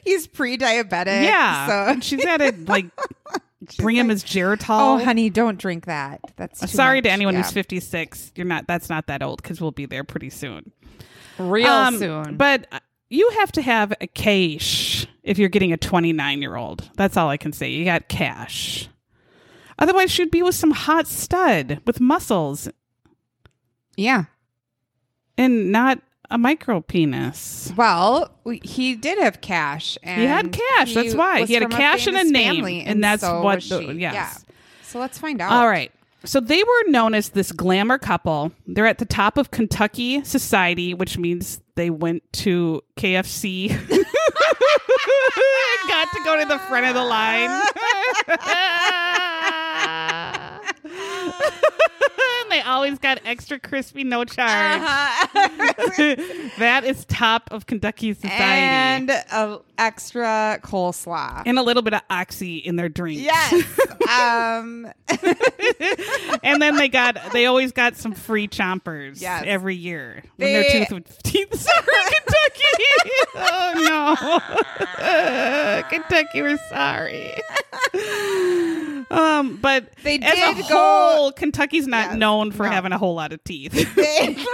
Speaker 3: He's pre-diabetic.
Speaker 2: Yeah.
Speaker 3: So
Speaker 2: And she's at it
Speaker 3: (laughs)
Speaker 2: like bring him his Geritol.
Speaker 3: Oh, honey, don't drink that. That's
Speaker 2: Uh,
Speaker 3: too
Speaker 2: Sorry to
Speaker 3: much.
Speaker 2: anyone who's
Speaker 3: Yeah.
Speaker 2: 56. You're not. That's not that old because we'll be there pretty soon.
Speaker 3: real
Speaker 2: Um,
Speaker 3: soon.
Speaker 2: But uh, you have to have a cash if you're getting a 29 year old. That's all I can say. You got cash. Otherwise, she'd be with some hot stud with muscles
Speaker 3: Yeah.
Speaker 2: and not a micro penis.
Speaker 3: Well, we, he did have cash. And
Speaker 2: He had cash, that's why.
Speaker 3: was
Speaker 2: He had a
Speaker 3: from
Speaker 2: cash and a
Speaker 3: famous
Speaker 2: name,
Speaker 3: family,
Speaker 2: and that's
Speaker 3: so
Speaker 2: what
Speaker 3: was
Speaker 2: the-
Speaker 3: she.
Speaker 2: yes.
Speaker 3: Yeah. So let's find out.
Speaker 2: All right. So they were known as this glamour couple. They're at the top of Kentucky society, which means they went to (laughs) KFC and got to go to the front of the line. (laughs) And they always got extra crispy, no charge.
Speaker 3: Uh-huh. (laughs)
Speaker 2: (laughs) that is top of Kentucky society.
Speaker 3: and a extra coleslaw.
Speaker 2: And a little bit of oxy in their drink. (laughs)
Speaker 3: yes. um,
Speaker 2: and then they got they always got some free chompers
Speaker 3: Yes.
Speaker 2: every year when
Speaker 3: They-
Speaker 2: their tooth would teeth (laughs) sorry Kentucky oh no (laughs) Kentucky we're sorry (laughs) um but
Speaker 3: They
Speaker 2: as a
Speaker 3: did go-
Speaker 2: whole Kentucky's not
Speaker 3: Yes.
Speaker 2: known for
Speaker 3: No.
Speaker 2: having a whole lot of teeth (laughs)
Speaker 3: they-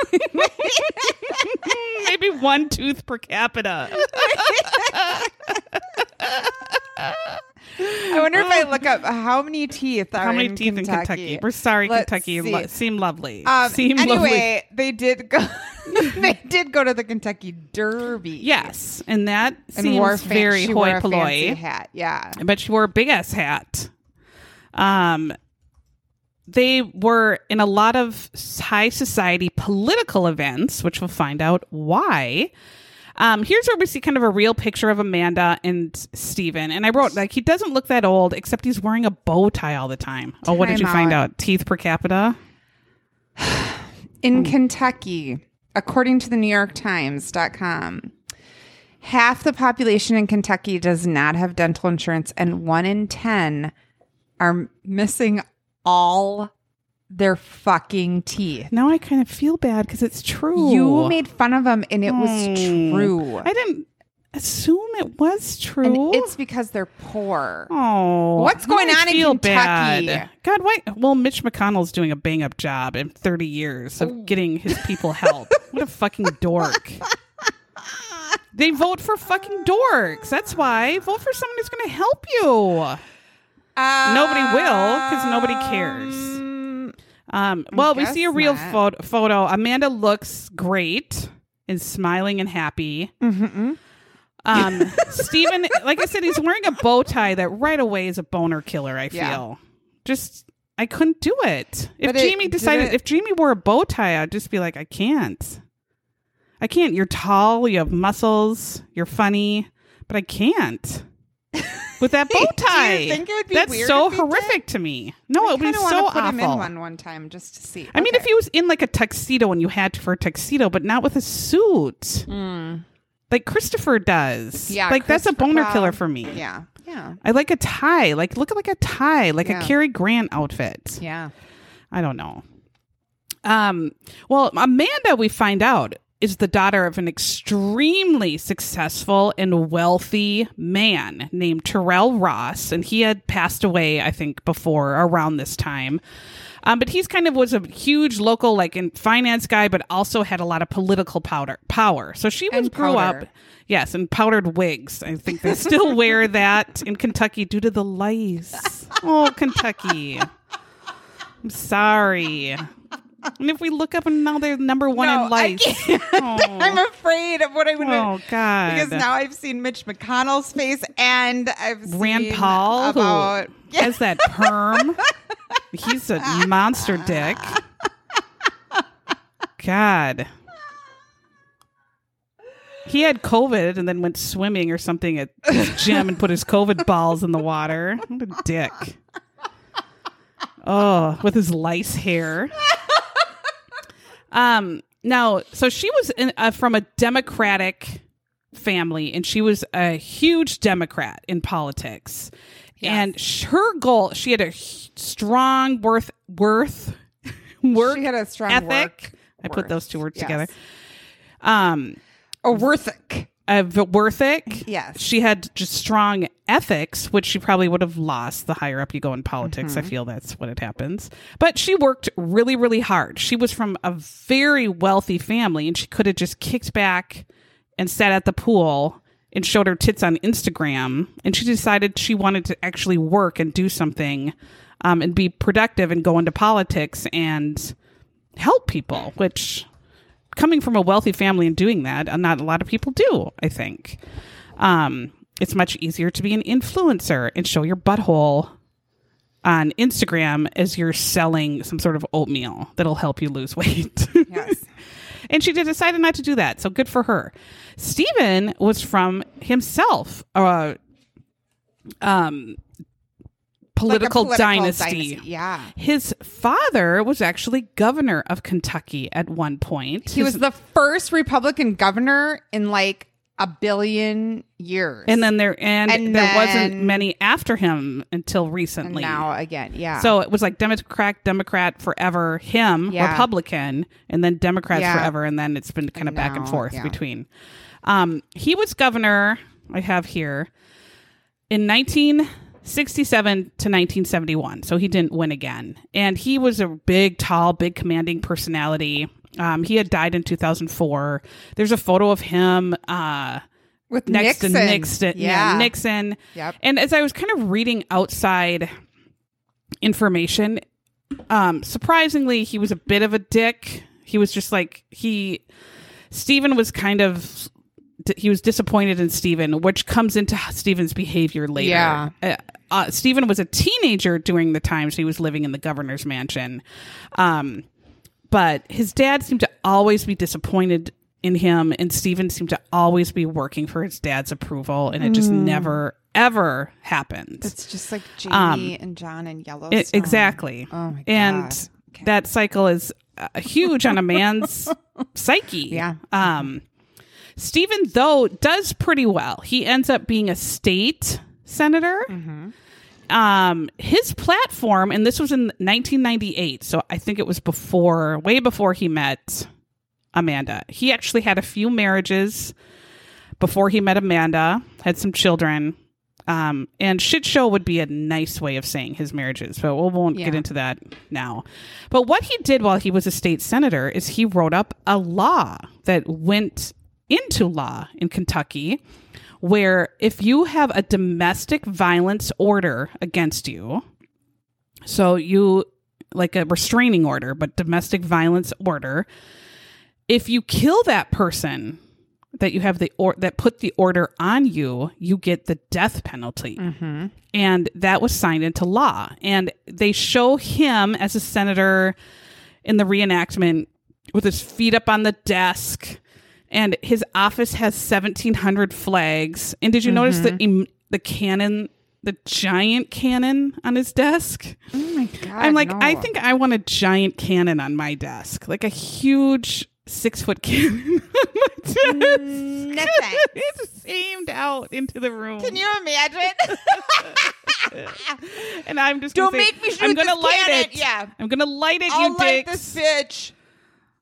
Speaker 2: maybe one tooth per
Speaker 3: (laughs)
Speaker 2: capita
Speaker 3: I wonder if I look up how many teeth are
Speaker 2: how many
Speaker 3: in
Speaker 2: teeth
Speaker 3: Kentucky.
Speaker 2: in Kentucky we're sorry
Speaker 3: Let's
Speaker 2: Kentucky
Speaker 3: see.
Speaker 2: lo- seem lovely
Speaker 3: Um,
Speaker 2: seem lovely
Speaker 3: anyway, they
Speaker 2: (laughs)
Speaker 3: did go. (laughs) they did go to the Kentucky Derby.
Speaker 2: yes and that
Speaker 3: and
Speaker 2: seems
Speaker 3: wore fan-
Speaker 2: very
Speaker 3: she wore
Speaker 2: hoi
Speaker 3: a fancy
Speaker 2: polloi
Speaker 3: hat. Yeah,
Speaker 2: but she wore a big ass hat. Um, they were in a lot of high society political events, which we'll find out why. Um, here's where we see kind of a real picture of Amanda and Steven. And I wrote, like, he doesn't look that old, except he's wearing a bow tie all the time. Oh, what did
Speaker 3: Time
Speaker 2: you find
Speaker 3: out.
Speaker 2: out? Teeth per capita?
Speaker 3: in Kentucky, according to the New York Times.com, half the population in Kentucky does not have dental insurance, and one in 10 are missing all their fucking teeth.
Speaker 2: Now I kind of feel bad because it's true.
Speaker 3: You made fun of them, and it was
Speaker 2: Mm.
Speaker 3: true.
Speaker 2: I didn't assume it was true.
Speaker 3: And it's because they're poor.
Speaker 2: Oh,
Speaker 3: What's going
Speaker 2: I
Speaker 3: on in
Speaker 2: feel
Speaker 3: Kentucky?
Speaker 2: bad. God, why? Well, Mitch McConnell's doing a bang up job in 30 years of getting his people
Speaker 3: (laughs)
Speaker 2: help. what a fucking dork. They vote for fucking dorks. That's why. Vote for someone who's going to help you. Nobody will, 'cause nobody cares.
Speaker 3: Um,
Speaker 2: Um, well, we
Speaker 3: guess
Speaker 2: see a real
Speaker 3: not.
Speaker 2: photo, photo. Amanda looks great and smiling and happy.
Speaker 3: mhm. (laughs)
Speaker 2: Um, Stephen, like I said, he's wearing a bow tie that right away is a boner killer. I feel
Speaker 3: Yeah.
Speaker 2: just I couldn't do it. If
Speaker 3: But it
Speaker 2: Jamie decided,
Speaker 3: didn't-
Speaker 2: if Jamie wore a bow tie, I'd just be like, I can't. I can't. You're tall. You have muscles. You're funny, but I can't. With
Speaker 3: (laughs)
Speaker 2: that bow
Speaker 3: Do you
Speaker 2: tie,
Speaker 3: think it would be
Speaker 2: that's
Speaker 3: weird
Speaker 2: so
Speaker 3: if he did?
Speaker 2: horrific to me. No, it would Oh, be
Speaker 3: Kinda
Speaker 2: so
Speaker 3: wanna put
Speaker 2: awful.
Speaker 3: him in one one time just to see.
Speaker 2: I mean, if he was in like a tuxedo and you had to for a tuxedo, but not with a suit like Christopher does.
Speaker 3: Hmm. Yeah,
Speaker 2: like that's a
Speaker 3: Christopher-
Speaker 2: boner
Speaker 3: well,
Speaker 2: killer for me.
Speaker 3: yeah, yeah,
Speaker 2: I like a tie. Like look at like a tie, like
Speaker 3: Yeah.
Speaker 2: a Cary Grant outfit.
Speaker 3: yeah.
Speaker 2: I don't know. Um. Well, Amanda, we find out is the daughter of an extremely successful and wealthy man named Terrell Ross, and he had passed away, I think, before around this time. Um, but he's kind of was a huge local like in finance guy, but also had a lot of political powder power. So she was
Speaker 3: And
Speaker 2: grew
Speaker 3: powder.
Speaker 2: up, yes, and powdered wigs. I think they still
Speaker 3: (laughs)
Speaker 2: wear that in Kentucky due to the lice. Oh, Kentucky. I'm sorry. And if we look up and now they're number one
Speaker 3: No,
Speaker 2: in
Speaker 3: I
Speaker 2: lice. (laughs) Oh,
Speaker 3: I'm afraid of what I would
Speaker 2: oh, God.
Speaker 3: because now I've seen Mitch McConnell's face and I've seen
Speaker 2: Rand Paul who
Speaker 3: about (laughs) yeah,
Speaker 2: has that perm. He's a monster dick. God. He had COVID and then went swimming or something at his gym and put his COVID balls in the water. What a dick. Oh, with his lice
Speaker 3: (laughs)
Speaker 2: hair. Um, now, so she was in, uh, from a Democratic family, and she was a huge Democrat in politics. And sh- her goal, she had a h- strong worth worth (laughs) work
Speaker 3: she had a strong
Speaker 2: ethic.
Speaker 3: work.
Speaker 2: I put those two words
Speaker 3: Yes.
Speaker 2: together. Um,
Speaker 3: A worthic.
Speaker 2: a v- worthic.
Speaker 3: Yes.
Speaker 2: she had just strong ethics, which she probably would have lost the higher up you go in politics. I feel that's what it happens. But she worked really, really hard. She was from a very wealthy family, and she could have just kicked back and sat at the pool and showed her tits on Instagram. And she decided she wanted to actually work and do something um, and be productive and go into politics and help people, which coming from a wealthy family and doing that, uh, not a lot of people do, I think. Um, it's much easier to be an influencer and show your butthole on Instagram as you're selling some sort of oatmeal that'll help you lose (laughs) weight.
Speaker 3: Yes.
Speaker 2: (laughs) And she did- decided not to do that. So good for her. Stephen was from himself a um, political, dynasty.
Speaker 3: Yeah.
Speaker 2: His father was actually governor of Kentucky at one point.
Speaker 3: He was the first Republican governor in like a billion years.
Speaker 2: and then there and,
Speaker 3: And
Speaker 2: there wasn't
Speaker 3: then-
Speaker 2: many after him until
Speaker 3: And
Speaker 2: recently.
Speaker 3: now again. Yeah.
Speaker 2: So it was like Democrat, Democrat forever, him,
Speaker 3: Yeah.
Speaker 2: Republican, and then Democrats
Speaker 3: Yeah.
Speaker 2: forever. And then it's been kind of back and
Speaker 3: now,
Speaker 2: forth
Speaker 3: yeah.
Speaker 2: between. Um, he was governor, I have here, in 1967 to 1971. So he didn't win again. And he was a big, tall, big commanding personality. Um, he had died in 2004. There's a photo of him. Uh,
Speaker 3: with
Speaker 2: next
Speaker 3: Nixon.
Speaker 2: to Nixon. Yeah.
Speaker 3: Yeah.
Speaker 2: Nixon.
Speaker 3: Yep.
Speaker 2: And as I was kind of reading outside information, um, surprisingly, he was a bit of a dick. He was just like he Stephen was kind of he was disappointed in Stephen, which comes into Stephen's behavior later.
Speaker 3: Yeah.
Speaker 2: Uh, uh, Stephen was a teenager during the time, so he was living in the governor's mansion. Um, but his dad seemed to always be disappointed in him and Steven seemed to always be working for his dad's approval and it just
Speaker 3: Mm.
Speaker 2: never ever happened.
Speaker 3: It's just like Jamie and John and Yellowstone.
Speaker 2: I- um, exactly.
Speaker 3: Oh my
Speaker 2: And
Speaker 3: God.
Speaker 2: that cycle is uh, huge on a
Speaker 3: (laughs)
Speaker 2: man's psyche.
Speaker 3: Yeah.
Speaker 2: Um, Stephen, though, does pretty well. He ends up being a state senator.
Speaker 3: Mm-hmm.
Speaker 2: Um, his platform, and this was in 1998, so I think it was before, way before he met Amanda. He actually had a few marriages before he met Amanda, had some children. Um, and shit show would be a nice way of saying his marriages, but we won't get
Speaker 3: Yeah.
Speaker 2: into that now. But what he did while he was a state senator is he wrote up a law that went into law in Kentucky where if you have a domestic violence order against you, so you like a restraining order, but domestic violence order, if you kill that person that you have the or that put the order on you, you get the death penalty. And that was signed into law. And they show him as a senator in the reenactment with his feet up on the desk. And his office has 1,700 flags. And did you notice the, im- the cannon, the giant cannon on his desk?
Speaker 3: Oh my God.
Speaker 2: I'm like,
Speaker 3: no.
Speaker 2: I think I want a giant cannon on my desk, like a huge six foot (laughs) cannon on my desk.
Speaker 3: Nothing.
Speaker 2: (laughs) It's aimed out into the room,
Speaker 3: Can you
Speaker 2: (laughs)
Speaker 3: imagine?
Speaker 2: and I'm just
Speaker 3: Don't
Speaker 2: gonna say,
Speaker 3: make me shoot
Speaker 2: I'm gonna
Speaker 3: this
Speaker 2: light
Speaker 3: cannon."
Speaker 2: it.
Speaker 3: Yeah.
Speaker 2: I'm gonna light it.
Speaker 3: I'll
Speaker 2: you
Speaker 3: like
Speaker 2: dicks.
Speaker 3: this bitch.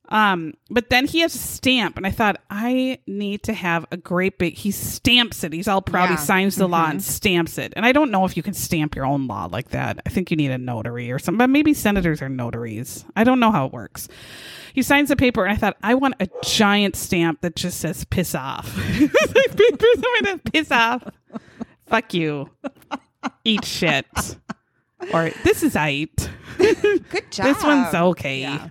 Speaker 2: Um, but then he has a stamp, and I thought I need to have a great big. He stamps it. He's all proud. He
Speaker 3: Yeah. Mm-hmm.
Speaker 2: signs the law and stamps it. And I don't know if you can stamp your own law like that. I think you need a notary or something. But maybe senators are notaries. I don't know how it works. He signs the paper, and I thought I want a giant stamp that just says "piss off." (laughs) It's like, big piece of it, piss off. Fuck you. Eat shit. Or this is I eat.
Speaker 3: Good job.
Speaker 2: This one's okay.
Speaker 3: Ah, Yeah.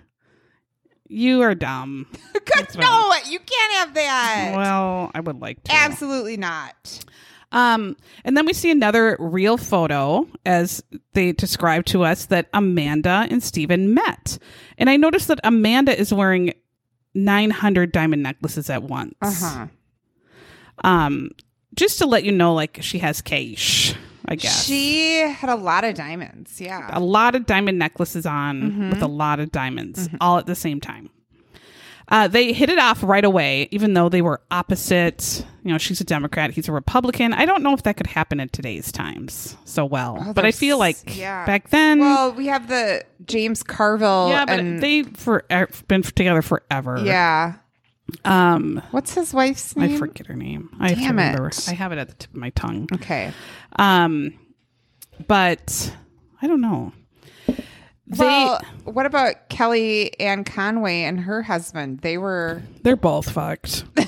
Speaker 2: You are dumb.
Speaker 3: Good. No, you can't have that.
Speaker 2: Well, I would like to.
Speaker 3: Absolutely not.
Speaker 2: Um, and then we see another real photo as they describe to us that Amanda and Stephen met. And I noticed that Amanda is wearing 900 diamond necklaces at once.
Speaker 3: Uh huh.
Speaker 2: Um, just to let you know, like she has cash, I guess.
Speaker 3: She had a lot of diamonds. Yeah.
Speaker 2: a lot of diamond necklaces on
Speaker 3: Mm-hmm.
Speaker 2: with a lot of diamonds all at the same time. Uh, they hit it off right away, even though they were opposite. You know, she's a Democrat, he's a Republican. I don't know if that could happen in today's times so well, but I
Speaker 3: there's-
Speaker 2: feel like
Speaker 3: Oh, yeah.
Speaker 2: back then,
Speaker 3: Well, we have the James Carville.
Speaker 2: yeah, but
Speaker 3: and,
Speaker 2: they for uh, been together forever.
Speaker 3: yeah.
Speaker 2: um,
Speaker 3: What's his wife's name?
Speaker 2: I forget her name. I have to
Speaker 3: Damn it.
Speaker 2: remember. I have it at the tip of my tongue.
Speaker 3: Okay.
Speaker 2: Um, but I don't know. They
Speaker 3: well, what about Kelly Ann Conway and her husband? They were.
Speaker 2: they're both fucked. I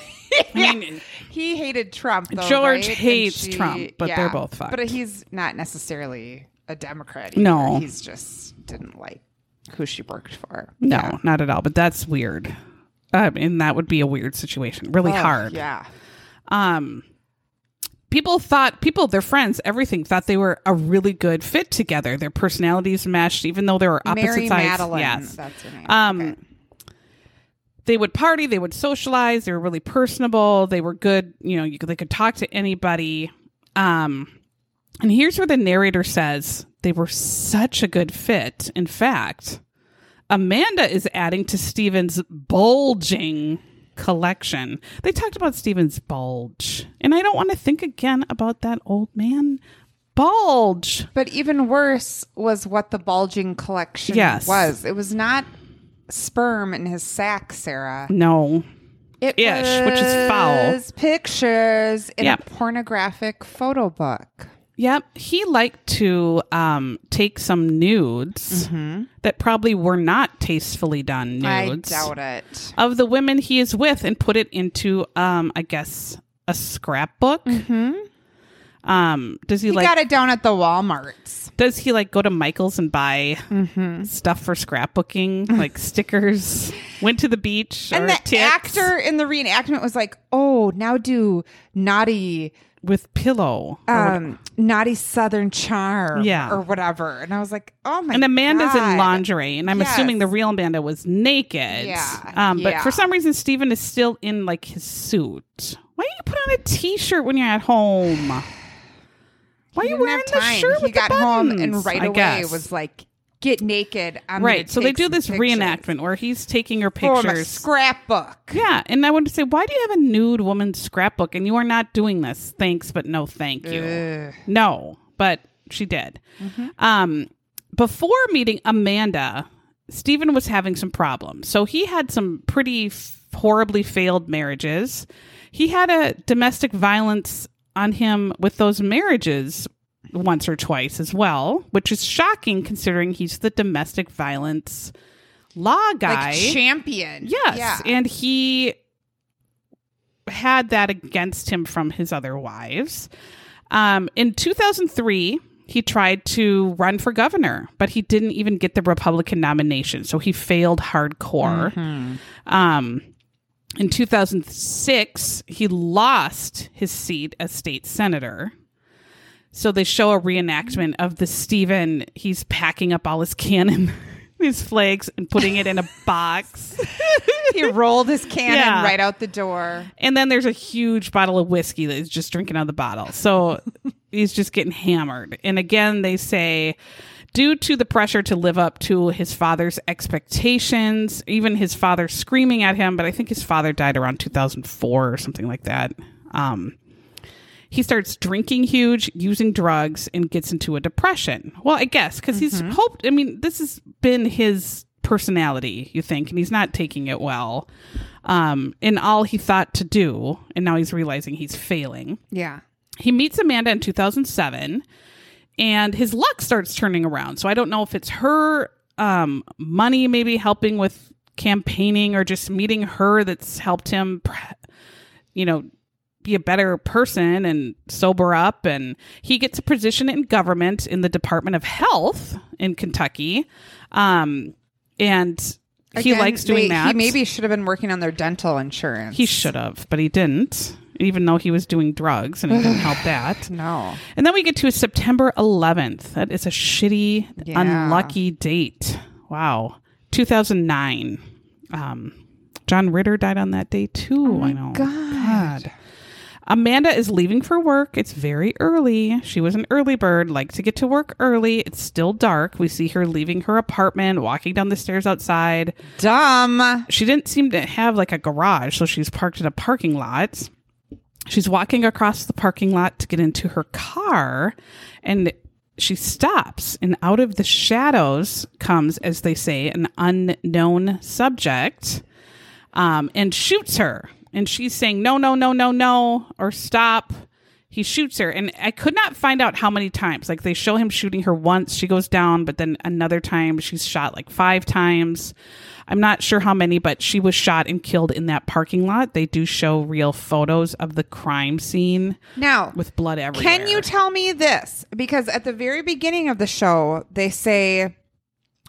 Speaker 2: mean,
Speaker 3: He hated Trump. Though,
Speaker 2: George
Speaker 3: right? And
Speaker 2: hates Trump, but they're both fucked.
Speaker 3: But he's not necessarily a Democrat.
Speaker 2: No.
Speaker 3: either. he's just didn't like who she worked for.
Speaker 2: No, not at all. But that's weird. I mean, that would be a weird situation. Really
Speaker 3: Oh,
Speaker 2: hard.
Speaker 3: Yeah.
Speaker 2: people thought people their friends everything thought they were a really good fit together their personalities matched even though they were opposite
Speaker 3: Mary
Speaker 2: sides
Speaker 3: Madeline.
Speaker 2: yes
Speaker 3: That's her name.
Speaker 2: Um,
Speaker 3: Okay.
Speaker 2: they would party they would socialize they were really personable they were good you know you could, they could talk to anybody um and here's where the narrator says they were such a good fit in fact amanda is adding to steven's bulging collection they talked about steven's bulge and i don't want to think again about that old man bulge
Speaker 3: But even worse was what the bulging collection
Speaker 2: Yes.
Speaker 3: was. It was not sperm in his sack, Sarah.
Speaker 2: no
Speaker 3: It
Speaker 2: Ish, which is foul.
Speaker 3: was Pictures in
Speaker 2: Yep.
Speaker 3: a pornographic photo book.
Speaker 2: Yep, he liked to um, take some nudes that probably were not tastefully done nudes
Speaker 3: Mm-hmm. I doubt it.
Speaker 2: of the women he is with and put it into, um, I guess, a scrapbook. Mm-hmm. Um, does he,
Speaker 3: He
Speaker 2: like?
Speaker 3: got it down at the WalMarts.
Speaker 2: does he like go to Michael's and buy
Speaker 3: Mm-hmm.
Speaker 2: stuff for scrapbooking,
Speaker 3: (laughs)
Speaker 2: like stickers? Went to the beach or
Speaker 3: And the
Speaker 2: tits
Speaker 3: actor in the reenactment was like, "Oh, now do naughty,
Speaker 2: with pillow. or what-
Speaker 3: um, naughty Southern charm,
Speaker 2: Yeah.
Speaker 3: or whatever." And I was like, "Oh my!"
Speaker 2: and Amanda's
Speaker 3: God.
Speaker 2: in lingerie, and I'm
Speaker 3: Yes.
Speaker 2: assuming the real Amanda was naked.
Speaker 3: Yeah,
Speaker 2: Um, but
Speaker 3: yeah.
Speaker 2: for some reason, Steven is still in like his suit. Why do you put on a T-shirt when you're at home? Why are you
Speaker 3: didn't
Speaker 2: wearing
Speaker 3: have
Speaker 2: the
Speaker 3: time.
Speaker 2: shirt
Speaker 3: He
Speaker 2: with
Speaker 3: got
Speaker 2: the
Speaker 3: home and
Speaker 2: buttons?
Speaker 3: right
Speaker 2: I
Speaker 3: away
Speaker 2: guess.
Speaker 3: was like, "Get naked." I'm gonna
Speaker 2: right. So they
Speaker 3: take
Speaker 2: do
Speaker 3: some
Speaker 2: this
Speaker 3: pictures Oh,
Speaker 2: reenactment where he's taking her
Speaker 3: from a
Speaker 2: pictures.
Speaker 3: scrapbook.
Speaker 2: Yeah, and I wanted to say, why do you have a nude woman's scrapbook? And you are not doing this. Thanks, but no, thank you. No, but she did. Um, before meeting Amanda, Stephen was having some problems. So he had some pretty f- horribly failed marriages. He had a domestic violence on him with those marriages once or twice as well, which is shocking considering he's the domestic violence law guy.
Speaker 3: Like champion.
Speaker 2: Yes.
Speaker 3: Yeah.
Speaker 2: (laughs) And he had that against him from his other wives. Um, in 2003, he tried to run for governor, but he didn't even get the Republican nomination. So he failed hardcore. Um, in 2006, he lost his seat as state senator. So they show a reenactment of the Stephen. He's packing up all his cannon, (laughs) his flags, and putting it in a box.
Speaker 3: he rolled his cannon
Speaker 2: Yeah.
Speaker 3: right out the door.
Speaker 2: And then there's a huge bottle of whiskey that he's just drinking out of the bottle. So he's just getting hammered. And again, they say, due to the pressure to live up to his father's expectations, even his father screaming at him, but I think his father died around 2004 or something like that. Um, he starts drinking huge, using drugs, and gets into a depression. Well, I guess because he's hoped. I mean, this has been his personality, you think, and he's not taking it well. Um, in all he thought to do, and now he's realizing he's failing.
Speaker 3: Yeah.
Speaker 2: He meets Amanda in 2007, and his luck starts turning around. So I don't know if it's her um, money, maybe helping with campaigning, or just meeting her that's helped him pre- you know, be a better person and sober up. And he gets a position in government in the Department of Health in Kentucky. Um, and he
Speaker 3: Again,
Speaker 2: likes doing
Speaker 3: they-
Speaker 2: that.
Speaker 3: He maybe should have been working on their dental insurance.
Speaker 2: he should have, but he didn't, even though he was doing drugs and it didn't
Speaker 3: (sighs)
Speaker 2: help that.
Speaker 3: no.
Speaker 2: And then we get to September 11th. That is a shitty,
Speaker 3: Yeah.
Speaker 2: unlucky date. Wow. 2009. Um, John Ritter died on that day too. I know.
Speaker 3: Oh God.
Speaker 2: Amanda is leaving for work. It's very early. She was an early bird, liked to get to work early. It's still dark. We see her leaving her apartment, walking down the stairs outside.
Speaker 3: Dumb.
Speaker 2: She didn't seem to have like a garage, so she's parked in a parking lot. She's walking across the parking lot to get into her car, and she stops, and out of the shadows comes, as they say, an unknown subject um, and shoots her. And she's saying, No, no, no, no, no, or stop. He shoots her. And I could not find out how many times. Like they show him shooting her once, she goes down, but then another time she's shot like five times. I'm not sure how many, but she was shot and killed in that parking lot. They do show real photos of the crime scene
Speaker 3: Now,
Speaker 2: with blood everywhere.
Speaker 3: Can you tell me this? Because at the very beginning of the show, they say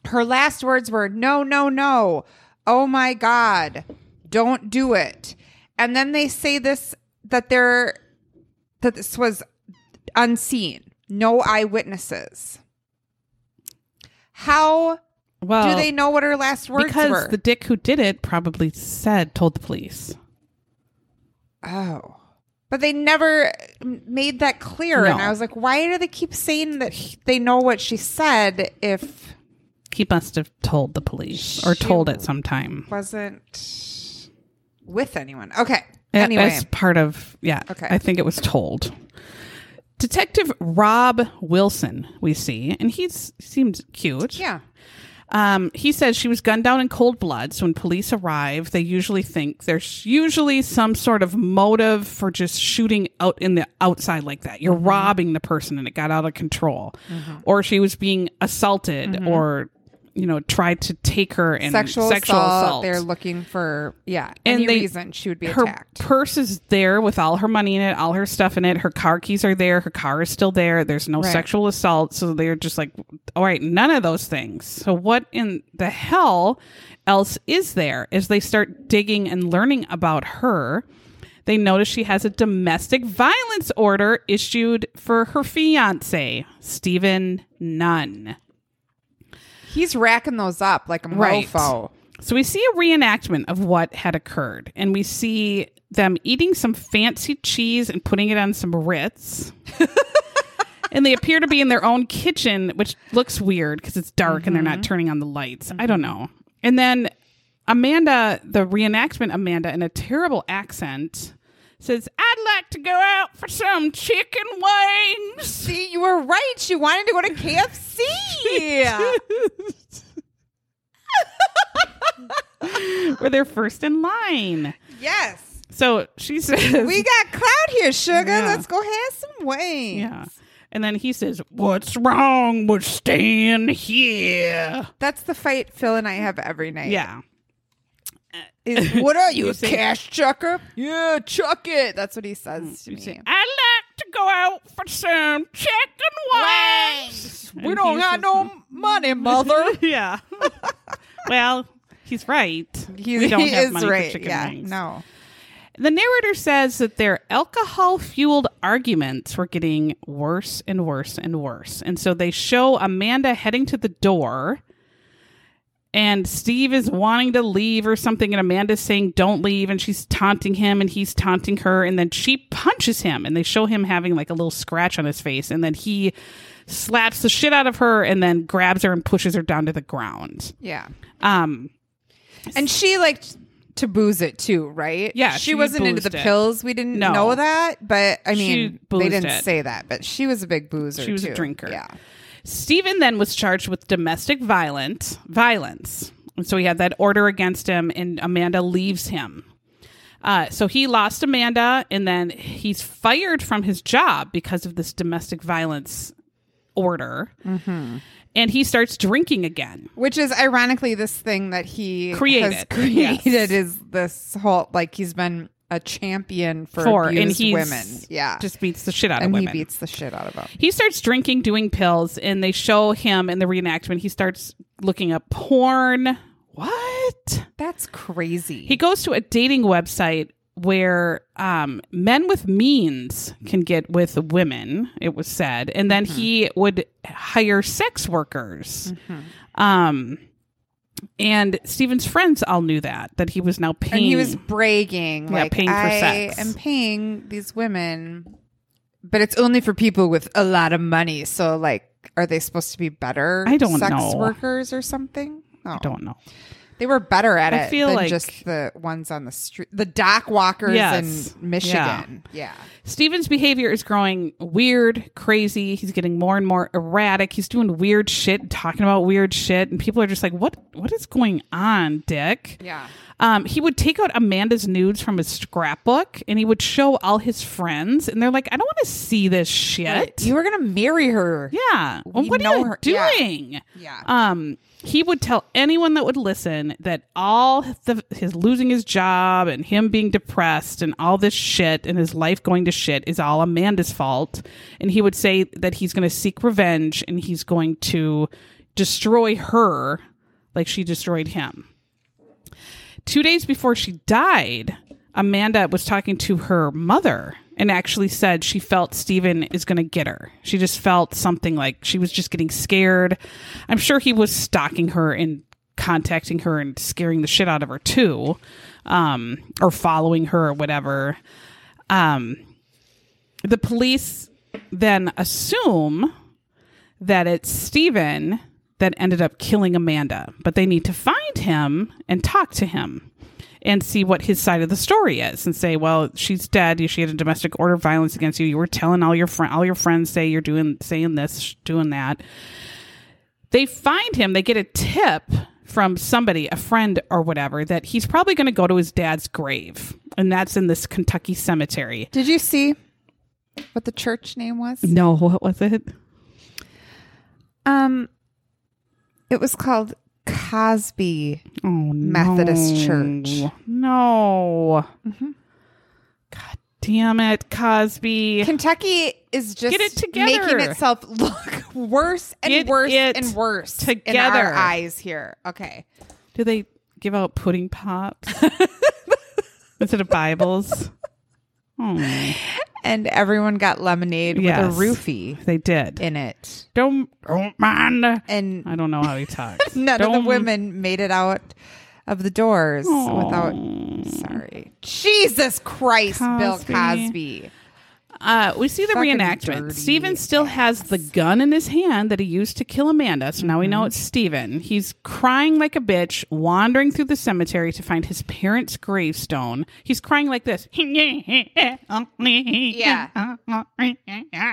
Speaker 3: her last words were, no, no, no. Oh my God. Don't do it. And then they say this that they're that this was unseen, no eyewitnesses. How
Speaker 2: well,
Speaker 3: do they know what her last words
Speaker 2: Oh, because
Speaker 3: were?
Speaker 2: the dick who did it probably said told the police.
Speaker 3: oh. But they never m- made that clear. And
Speaker 2: No.
Speaker 3: I was like, why do they keep saying that he- they know what she said if
Speaker 2: He must have told the police or
Speaker 3: She-
Speaker 2: told at some time.
Speaker 3: wasn't with anyone. Okay.
Speaker 2: A-
Speaker 3: Anyway,
Speaker 2: as part of yeah
Speaker 3: Okay.
Speaker 2: i think it was told detective rob wilson we see and he's seems cute
Speaker 3: yeah.
Speaker 2: um, he says she was gunned down in cold blood so when police arrive they usually think there's usually some sort of motive for just shooting out in the outside like that
Speaker 3: Mm-hmm.
Speaker 2: you're robbing the person and it got out of control or she was being assaulted or you know tried to take her and
Speaker 3: Mm-hmm. Sexual, assault,
Speaker 2: assault
Speaker 3: They're looking for yeah
Speaker 2: And
Speaker 3: any
Speaker 2: they-
Speaker 3: reason she would be
Speaker 2: her
Speaker 3: attacked.
Speaker 2: purse is there with all her money in it, all her stuff in it. Her car keys are there. Her car is still there. There's no
Speaker 3: Right.
Speaker 2: sexual assault. So they're just like, all right, none of those things. So what in the hell else is there? As they start digging and learning about her, they notice she has a domestic violence order issued for her fiance, Stephen Nunn.
Speaker 3: He's racking those up like a
Speaker 2: Right.
Speaker 3: mofo.
Speaker 2: So we see a reenactment of what had occurred, and we see them eating some fancy cheese and putting it on some Ritz. and they appear to be in their own kitchen, which looks weird because it's dark and they're not turning on the lights. I don't know. And then Amanda, the reenactment Amanda, in a terrible accent, says, I'd like to go out for some chicken wings.
Speaker 3: (laughs) See, you were right. She wanted to go
Speaker 2: (laughs)
Speaker 3: to KFC.
Speaker 2: Where they're first in line.
Speaker 3: yes.
Speaker 2: So she says,
Speaker 3: We got cloud here, sugar.
Speaker 2: Yeah.
Speaker 3: Let's go have some wings.
Speaker 2: Yeah. And then he says, What's wrong with staying here?
Speaker 3: That's the fight Phil and I have every night.
Speaker 2: Yeah.
Speaker 3: Is, what are
Speaker 2: (laughs)
Speaker 3: you,
Speaker 2: You
Speaker 3: a
Speaker 2: say-
Speaker 3: cash chucker? Yeah, chuck it. That's what he says to me.
Speaker 2: I'd like to go out for some chicken wings.
Speaker 3: we don't got no money, mother.
Speaker 2: yeah. (laughs) well, he's right.
Speaker 3: (laughs)
Speaker 2: (laughs)
Speaker 3: He,
Speaker 2: we don't
Speaker 3: he
Speaker 2: have
Speaker 3: is
Speaker 2: money
Speaker 3: right.
Speaker 2: for chicken
Speaker 3: yeah,
Speaker 2: wings.
Speaker 3: no.
Speaker 2: The narrator says that their alcohol fueled arguments were getting worse and worse and worse. And so they show Amanda heading to the door, and Steve is wanting to leave or something. And Amanda's saying, Don't leave. And she's taunting him, and he's taunting her. And then she punches him, and they show him having like a little scratch on his face. And then he slaps the shit out of her and then grabs her and pushes her down to the ground.
Speaker 3: Yeah.
Speaker 2: Um,
Speaker 3: And she liked to booze it too, right?
Speaker 2: Yeah,
Speaker 3: She,
Speaker 2: she
Speaker 3: wasn't into
Speaker 2: boozed
Speaker 3: the
Speaker 2: it.
Speaker 3: pills. We didn't
Speaker 2: No.
Speaker 3: know that, but I
Speaker 2: She
Speaker 3: mean, they
Speaker 2: boozed
Speaker 3: didn't
Speaker 2: it.
Speaker 3: say that, but she was a big boozer.
Speaker 2: She was a
Speaker 3: too.
Speaker 2: drinker.
Speaker 3: Yeah.
Speaker 2: Stephen then was charged with domestic violence, violence. And so he had that order against him, and Amanda leaves him. Uh, so he lost Amanda, and then he's fired from his job because of this domestic violence order.
Speaker 3: Mm-hmm.
Speaker 2: And he starts drinking again.
Speaker 3: Which is ironically this thing that he has
Speaker 2: Created,
Speaker 3: created
Speaker 2: yes.
Speaker 3: is this whole like he's been a champion for,
Speaker 2: For and
Speaker 3: abused
Speaker 2: he's
Speaker 3: women. Yeah.
Speaker 2: just beats the shit out of
Speaker 3: and he
Speaker 2: women.
Speaker 3: beats the shit out of them.
Speaker 2: he starts drinking, doing pills, and they show him in the reenactment. He starts looking up porn. What?
Speaker 3: That's crazy.
Speaker 2: He goes to a dating website where um, men with means can get with women, it was said. And then he
Speaker 3: Mm-hmm.
Speaker 2: would hire sex workers. Um, and Steven's friends all knew that, that he was now paying.
Speaker 3: and he was bragging
Speaker 2: Yeah,
Speaker 3: like
Speaker 2: paying for
Speaker 3: I
Speaker 2: sex."
Speaker 3: am paying these women, but it's only for people with a lot of money. So like, are they supposed to be better?
Speaker 2: I don't
Speaker 3: sex
Speaker 2: know.
Speaker 3: workers or something. Oh.
Speaker 2: I don't know.
Speaker 3: They were better at
Speaker 2: I
Speaker 3: it
Speaker 2: feel
Speaker 3: than
Speaker 2: like-
Speaker 3: just the ones on the street, the dock walkers
Speaker 2: Yes.
Speaker 3: in Michigan. Yeah.
Speaker 2: Steven's behavior is growing weird, crazy. He's getting more and more erratic. He's doing weird shit, talking about weird shit, and people are just like, "What? What is going on, Dick?"
Speaker 3: Yeah.
Speaker 2: Um, he would take out Amanda's nudes from his scrapbook, and he would show all his friends, and they're like, "I don't want to see this shit."
Speaker 3: You were gonna marry her.
Speaker 2: yeah. Well,
Speaker 3: We
Speaker 2: what
Speaker 3: know
Speaker 2: are you
Speaker 3: her- yeah.
Speaker 2: doing?
Speaker 3: Yeah.
Speaker 2: Um, he would tell anyone that would listen situation that all the, his losing his job and him being depressed and all this shit and his life going to shit is all Amanda's fault. And he would say that he's going to seek revenge and he's going to destroy her like she destroyed him. Two days before she died, Amanda was talking to her mother and actually said she felt Steven is going to get her. She just felt something like she was just getting scared. I'm sure he was stalking her and contacting her and scaring the shit out of her too, um, or following her or whatever. Um, the police then assume that it's Steven that ended up killing Amanda, but they need to find him and talk to him and see what his side of the story is and say, well, she's dead. She had a domestic order of violence against you. You were telling all your friend, all your friends say you're doing, saying this, sh- doing that. They find him. They get a tip from somebody, a friend or whatever, that he's probably going to go to his dad's grave, and that's in this Kentucky cemetery.
Speaker 3: Did you see what the church name was?
Speaker 2: No, what was it?
Speaker 3: Um, it was called Cosby
Speaker 2: Oh,
Speaker 3: Methodist Church. Mm-hmm.
Speaker 2: No. God damn it, Cosby.
Speaker 3: Kentucky is just
Speaker 2: Get it together.
Speaker 3: making itself (laughs) look worse and
Speaker 2: Get
Speaker 3: worse
Speaker 2: it
Speaker 3: and worse in
Speaker 2: together.
Speaker 3: our eyes here. Okay.
Speaker 2: Do they give out pudding
Speaker 3: (laughs)
Speaker 2: pops instead of Bibles? Hmm,
Speaker 3: And everyone got lemonade
Speaker 2: Yes.
Speaker 3: with a roofie
Speaker 2: they did.
Speaker 3: in it.
Speaker 2: don't don't mind.
Speaker 3: And
Speaker 2: I don't know how he talks.
Speaker 3: (laughs) none of
Speaker 2: Don't-
Speaker 3: the women made it out of the doors without sorry. Jesus Christ, Bill
Speaker 2: Cosby.
Speaker 3: Cosby.
Speaker 2: Uh, we see the
Speaker 3: Fucking
Speaker 2: reenactment.
Speaker 3: dirty
Speaker 2: Steven still has the gun in his hand that he used to kill Amanda, so now we
Speaker 3: Mm-hmm.
Speaker 2: know it's Steven. He's crying like a bitch, wandering through the cemetery to find his parents' gravestone. He's crying like this. (laughs) Yeah.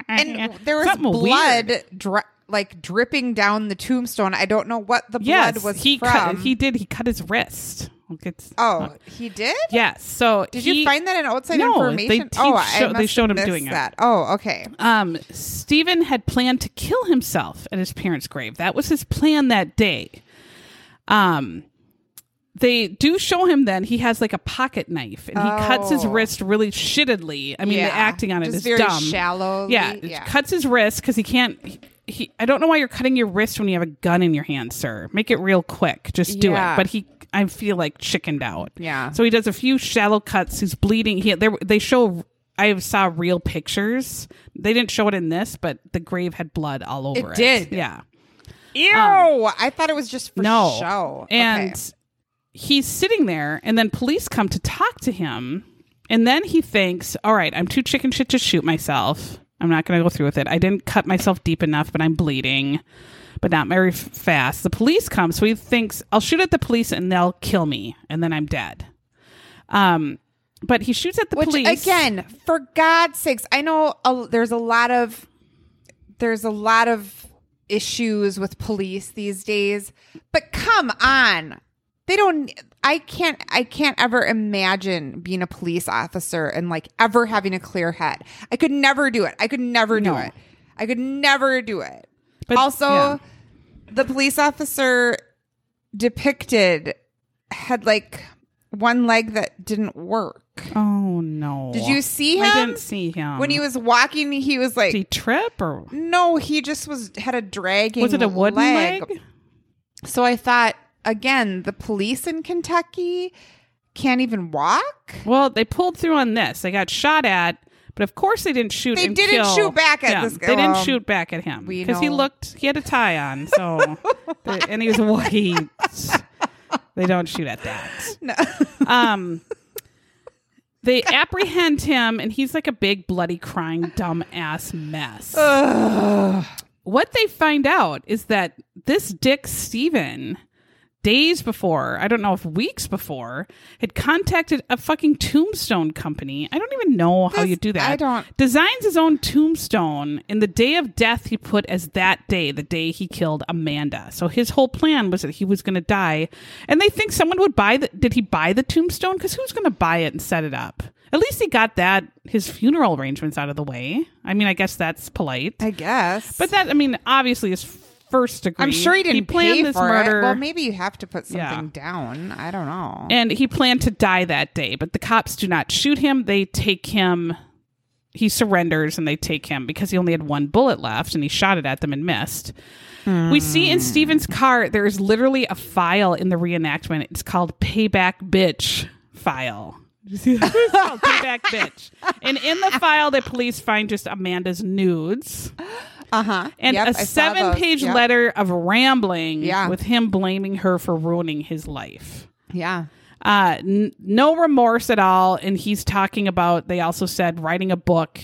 Speaker 3: And there was
Speaker 2: Something weird.
Speaker 3: blood dri- like dripping down the tombstone. I don't know what the blood
Speaker 2: Yes,
Speaker 3: was
Speaker 2: he
Speaker 3: from.
Speaker 2: cut. He did. He cut his wrist. Like it's-
Speaker 3: oh, he did?
Speaker 2: yes. So
Speaker 3: Did
Speaker 2: he-
Speaker 3: you find that in outside
Speaker 2: No, they-
Speaker 3: information?
Speaker 2: he
Speaker 3: oh,
Speaker 2: show-
Speaker 3: I
Speaker 2: they
Speaker 3: must
Speaker 2: showed him
Speaker 3: have
Speaker 2: doing
Speaker 3: missed
Speaker 2: it.
Speaker 3: that. Oh, okay.
Speaker 2: Um, Stephen had planned to kill himself at his parents' grave. That was his plan that day. Um, they do show him then he has like a pocket knife and he cuts his
Speaker 3: Oh.
Speaker 2: wrist really shittedly. I mean,
Speaker 3: Yeah.
Speaker 2: the acting on it is
Speaker 3: Just very
Speaker 2: dumb.
Speaker 3: shallow.
Speaker 2: Yeah,
Speaker 3: yeah.
Speaker 2: cuts his wrist because he can't. He, he- I don't know why you're cutting your wrist when you have a gun in your hand, sir. Make it real quick. Just do
Speaker 3: Yeah.
Speaker 2: it. But he, I feel like chickened out.
Speaker 3: Yeah.
Speaker 2: So he does a few shallow cuts. He's bleeding. He there. They show. I saw real pictures. They didn't show it in this, but the grave had blood all over it.
Speaker 3: did.
Speaker 2: Yeah.
Speaker 3: Ew! I thought it was just for
Speaker 2: no
Speaker 3: show. Okay.
Speaker 2: And he's sitting there, and then police come to talk to him, and then he thinks, "All right, I'm too chicken shit to shoot myself. I'm not going to go through with it. I didn't cut myself deep enough, but I'm bleeding, but not very f- fast." The police come, so he thinks, "I'll shoot at the police, and they'll kill me, and then I'm dead." Um, but he shoots at the
Speaker 3: Which
Speaker 2: police
Speaker 3: again, for God's sakes, I know a, there's a lot of there's a lot of issues with police these days, but come on, they don't. I can't. I can't ever imagine being a police officer and like ever having a clear head. I could never do it. I could never do
Speaker 2: No.
Speaker 3: it. I could never do it.
Speaker 2: But-
Speaker 3: also,
Speaker 2: yeah.
Speaker 3: the police officer depicted had like one leg that didn't work.
Speaker 2: Oh no!
Speaker 3: Did you see him?
Speaker 2: I didn't see him
Speaker 3: When he was walking, he was like,
Speaker 2: Did he trip or
Speaker 3: no, he just was had a dragging.
Speaker 2: was it a wooden leg?
Speaker 3: So I thought again, the police in Kentucky can't even walk.
Speaker 2: Well, they pulled through on this. They got shot at, but of course they didn't shoot.
Speaker 3: They
Speaker 2: and
Speaker 3: didn't
Speaker 2: kill-
Speaker 3: shoot back at
Speaker 2: Yeah,
Speaker 3: this guy.
Speaker 2: They didn't
Speaker 3: Well,
Speaker 2: shoot back at him
Speaker 3: we
Speaker 2: because he
Speaker 3: know.
Speaker 2: looked. He had a tie on,
Speaker 3: (laughs)
Speaker 2: so the- and he was white. they don't shoot at that. No. Um. They apprehend him, and he's like a big, bloody, crying, dumb ass mess. What they find out is that this Dick Steven days before, I don't know if weeks before, had contacted a fucking tombstone company. I don't even know how
Speaker 3: This-
Speaker 2: you do that.
Speaker 3: I don't-
Speaker 2: Designs his own tombstone and the day of death he put as that day, the day he killed Amanda. So his whole plan was that he was going to die. And they think someone would buy the did he buy the tombstone cuz who's going to buy it and set it up? At least he got that his funeral arrangements out of the way. I mean, I guess that's polite.
Speaker 3: I guess,
Speaker 2: But that, I mean, obviously is first degree.
Speaker 3: I'm sure he didn't
Speaker 2: planned
Speaker 3: pay
Speaker 2: this
Speaker 3: for
Speaker 2: murder.
Speaker 3: it. Well, maybe you have to put something
Speaker 2: Yeah.
Speaker 3: down. I don't know.
Speaker 2: And he planned to die that day, but the cops do not shoot him. They take him. He surrenders and they take him because he only had one bullet left and he shot it at them and missed. We see in Steven's car, there is literally a file in the reenactment. It's called Payback Bitch file. (laughs) You see that? It's called Payback Bitch. And in the file, the police find just Amanda's nudes
Speaker 3: Uh huh.
Speaker 2: and a seven page letter of rambling
Speaker 3: Yeah.
Speaker 2: with him blaming her for ruining his life
Speaker 3: Yeah.
Speaker 2: uh n- no remorse at all and he's talking about they also said writing a book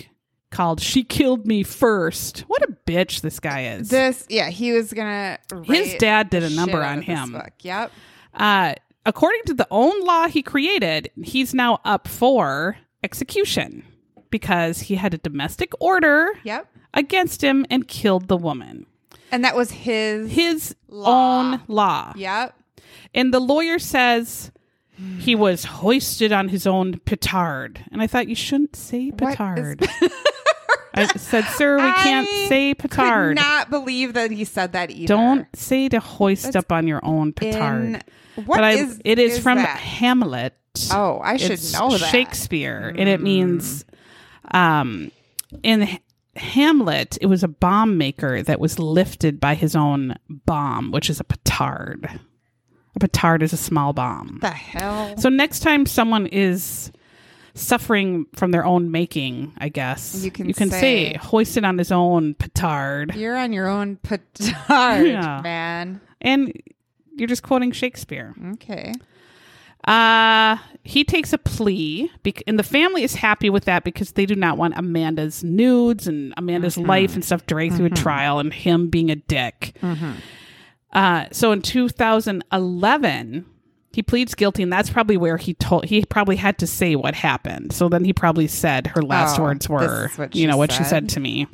Speaker 2: called she killed me first what a bitch this guy is
Speaker 3: This, yeah, he was gonna.
Speaker 2: His
Speaker 3: write
Speaker 2: dad did a
Speaker 3: the
Speaker 2: number
Speaker 3: shit out
Speaker 2: on
Speaker 3: of this
Speaker 2: him.
Speaker 3: book. Yep.
Speaker 2: uh according to the own law he created he's now up for execution because he had a domestic order
Speaker 3: Yep.
Speaker 2: against him and killed the woman
Speaker 3: And that was his.
Speaker 2: his
Speaker 3: Law.
Speaker 2: own law
Speaker 3: Yep.
Speaker 2: And the lawyer says he was hoisted on his own petard. And I thought you shouldn't say
Speaker 3: What is-
Speaker 2: petard.
Speaker 3: (laughs)
Speaker 2: I said, sir, we can't
Speaker 3: I
Speaker 2: say petard.
Speaker 3: Could not believe that he said that either.
Speaker 2: Don't say to hoist up on your own petard.
Speaker 3: In,
Speaker 2: but
Speaker 3: what
Speaker 2: I,
Speaker 3: is-
Speaker 2: it is,
Speaker 3: is
Speaker 2: from
Speaker 3: that?
Speaker 2: Hamlet.
Speaker 3: Oh, I should
Speaker 2: It's
Speaker 3: know that.
Speaker 2: Shakespeare, and it means um, in H- Hamlet, it was a bomb maker that was lifted by his own bomb, which is a petard. A petard is a small bomb.
Speaker 3: The hell.
Speaker 2: So next time someone is suffering from their own making, I guess
Speaker 3: You can
Speaker 2: say,
Speaker 3: say-
Speaker 2: hoisted on his own petard,
Speaker 3: You're on your own petard,
Speaker 2: Yeah.
Speaker 3: man.
Speaker 2: and you're just quoting Shakespeare.
Speaker 3: Okay.
Speaker 2: Uh he takes a plea, bec- and the family is happy with that because they do not want Amanda's nudes and Amanda's
Speaker 3: Mm-hmm.
Speaker 2: life and stuff dragged through a trial and him being a dick.
Speaker 3: Mm-hmm.
Speaker 2: Uh, so in 2011, he pleads guilty, and that's probably where he told he probably had to say what happened. So then he probably said her last
Speaker 3: Oh,
Speaker 2: words
Speaker 3: this
Speaker 2: were,
Speaker 3: is what
Speaker 2: you
Speaker 3: she
Speaker 2: know, what she
Speaker 3: said.
Speaker 2: said to me.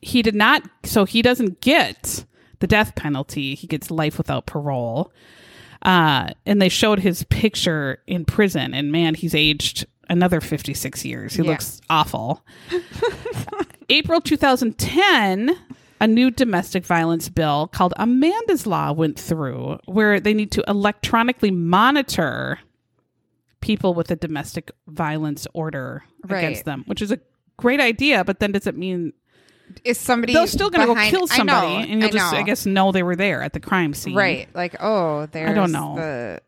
Speaker 2: He did not, so he doesn't get the death penalty. He gets life without parole uh, and they showed his picture in prison and man he's aged another 56 years he
Speaker 3: Yeah.
Speaker 2: looks awful (laughs) april 2010 a new domestic violence bill called amanda's law went through where they need to electronically monitor people with a domestic violence order against
Speaker 3: Right.
Speaker 2: them which is a great idea but then does it mean
Speaker 3: Is somebody?
Speaker 2: they're still going to go
Speaker 3: behind-
Speaker 2: kill
Speaker 3: I know,
Speaker 2: somebody and you'll
Speaker 3: I
Speaker 2: just i
Speaker 3: know.
Speaker 2: guess know they were there at the crime scene
Speaker 3: right. Like oh, there's.
Speaker 2: know.
Speaker 3: The,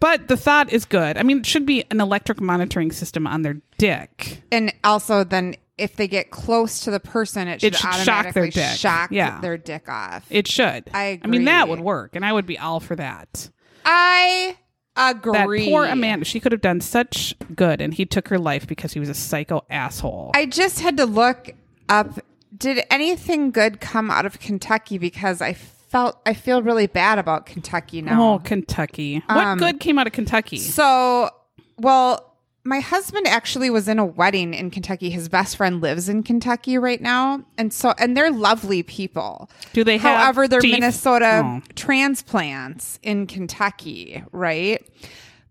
Speaker 2: But the thought is good. I mean, it should be an electric monitoring system on their dick.
Speaker 3: and also then if they get close to the person, it should,
Speaker 2: should shock their
Speaker 3: automatically
Speaker 2: dick.
Speaker 3: shock
Speaker 2: Yeah.
Speaker 3: their dick off.
Speaker 2: It should.
Speaker 3: I
Speaker 2: I mean, that
Speaker 3: agree.
Speaker 2: would work, and I would be all for that.
Speaker 3: I
Speaker 2: That
Speaker 3: agree.
Speaker 2: poor Amanda, she could have done such good, and he took her life because he was a psycho asshole.
Speaker 3: I just had to look up. Did anything good come out of Kentucky? Because I felt I feel really bad about Kentucky now.
Speaker 2: oh, Kentucky.
Speaker 3: Um,
Speaker 2: what good came out of Kentucky?
Speaker 3: So, well, my husband actually was in a wedding in Kentucky. His best friend lives in Kentucky right now, and so and they're lovely people.
Speaker 2: Do they have
Speaker 3: However, they're
Speaker 2: teeth?
Speaker 3: Minnesota
Speaker 2: Oh.
Speaker 3: transplants in Kentucky, right?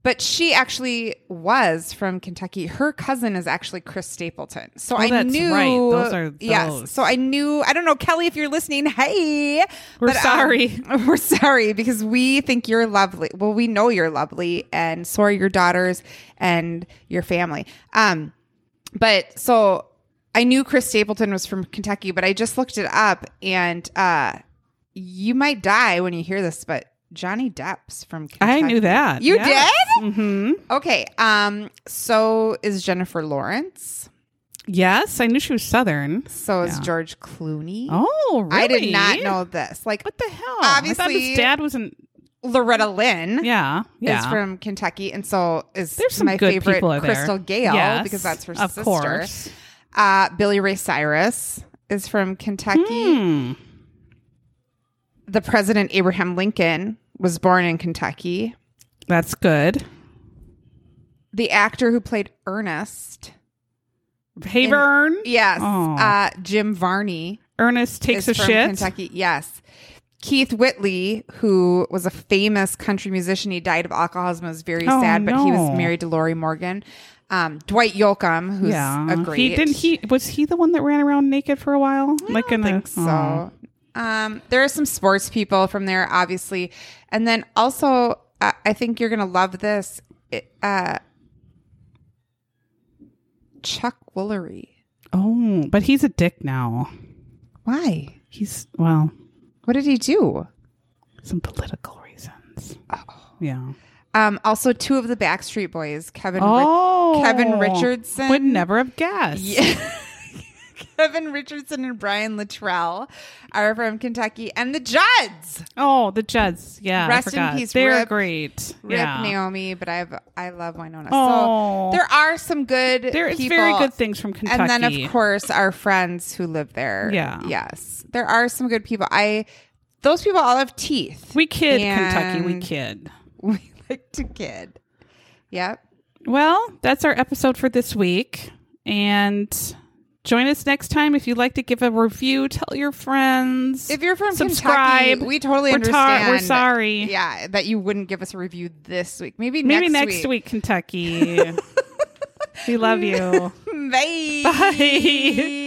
Speaker 3: But she actually was from Kentucky. Her cousin is actually Chris Stapleton. So I
Speaker 2: that's
Speaker 3: knew
Speaker 2: right. Those are those.
Speaker 3: yes. So I knew. I don't know, Kelly, if you're listening. Hey,
Speaker 2: We're
Speaker 3: um,
Speaker 2: sorry.
Speaker 3: (laughs) we're sorry because we think you're lovely. Well, we know you're lovely, and so are your daughters and your family. Um, but so I knew Chris Stapleton was from Kentucky, but I just looked it up, and uh, you might die when you hear this, but Johnny Depp's from Kentucky.
Speaker 2: I knew that.
Speaker 3: You
Speaker 2: Yes. Mhm.
Speaker 3: did? Okay. Um, so is Jennifer Lawrence.
Speaker 2: Yes, I knew she was Southern.
Speaker 3: So is
Speaker 2: Yeah.
Speaker 3: George Clooney.
Speaker 2: Oh, really?
Speaker 3: I did not know this. Like
Speaker 2: What the hell? I thought
Speaker 3: Obviously-
Speaker 2: his dad wasn't.
Speaker 3: Loretta Lynn.
Speaker 2: Yeah, yeah.
Speaker 3: is from Kentucky, and so is
Speaker 2: There's some
Speaker 3: my
Speaker 2: good
Speaker 3: favorite
Speaker 2: people are there.
Speaker 3: Crystal Gale
Speaker 2: Yes,
Speaker 3: because that's her
Speaker 2: of
Speaker 3: sister.
Speaker 2: course.
Speaker 3: Uh, Billy Ray Cyrus is from Kentucky.
Speaker 2: Hmm.
Speaker 3: The president Abraham Lincoln was born in Kentucky.
Speaker 2: That's good.
Speaker 3: The actor who played Ernest,
Speaker 2: Hey, Vern.
Speaker 3: yes,
Speaker 2: Oh.
Speaker 3: uh, Jim Varney,
Speaker 2: Ernest takes
Speaker 3: is
Speaker 2: a
Speaker 3: from
Speaker 2: shit.
Speaker 3: Kentucky. Yes. Keith Whitley, who was a famous country musician, he died of alcoholism. It was very
Speaker 2: Oh,
Speaker 3: sad, but he
Speaker 2: no.
Speaker 3: was married to Lori Morgan. Um, Dwight Yoakam, who's a great.
Speaker 2: He didn't he was he the one that ran around naked for a while? like in
Speaker 3: think
Speaker 2: a,
Speaker 3: so.
Speaker 2: oh.
Speaker 3: Um, there are some sports people from there, obviously, and then also I I think you're gonna love this. It, uh, Chuck Woolery.
Speaker 2: Oh, but he's a dick now.
Speaker 3: Why?
Speaker 2: He's well,
Speaker 3: What did he do?
Speaker 2: some political reasons. Yeah.
Speaker 3: Um, also, two of the Backstreet Boys, Kevin. Ri-
Speaker 2: Oh,
Speaker 3: Kevin Richardson.
Speaker 2: would never have guessed.
Speaker 3: Yeah. Kevin Richardson and Brian Littrell are from Kentucky, and the Judds.
Speaker 2: Oh, the Judds. Yeah.
Speaker 3: Rest
Speaker 2: I
Speaker 3: in
Speaker 2: forgot.
Speaker 3: peace,
Speaker 2: They're
Speaker 3: Rip.
Speaker 2: great.
Speaker 3: Rip
Speaker 2: yeah.
Speaker 3: Naomi, but I've I love Winona.
Speaker 2: Oh.
Speaker 3: So there are some good.
Speaker 2: There is
Speaker 3: people.
Speaker 2: very good things from Kentucky.
Speaker 3: And then of course our friends who live there.
Speaker 2: Yeah.
Speaker 3: Yes, there are some good people. I those people all have teeth.
Speaker 2: we kid Kentucky. We
Speaker 3: And-
Speaker 2: kid.
Speaker 3: (laughs) we like to kid. Yep.
Speaker 2: Well, that's our episode for this week. And join us next time if you'd like to give a review. Tell your friends.
Speaker 3: If you're from
Speaker 2: Subscribe.
Speaker 3: Kentucky, we totally
Speaker 2: We're tar-
Speaker 3: understand.
Speaker 2: we're sorry.
Speaker 3: Yeah, that you wouldn't give us a review this week. Maybe
Speaker 2: Maybe next, week. (laughs) Kentucky. we love you.
Speaker 3: (laughs) Bye.
Speaker 2: (laughs) Bye.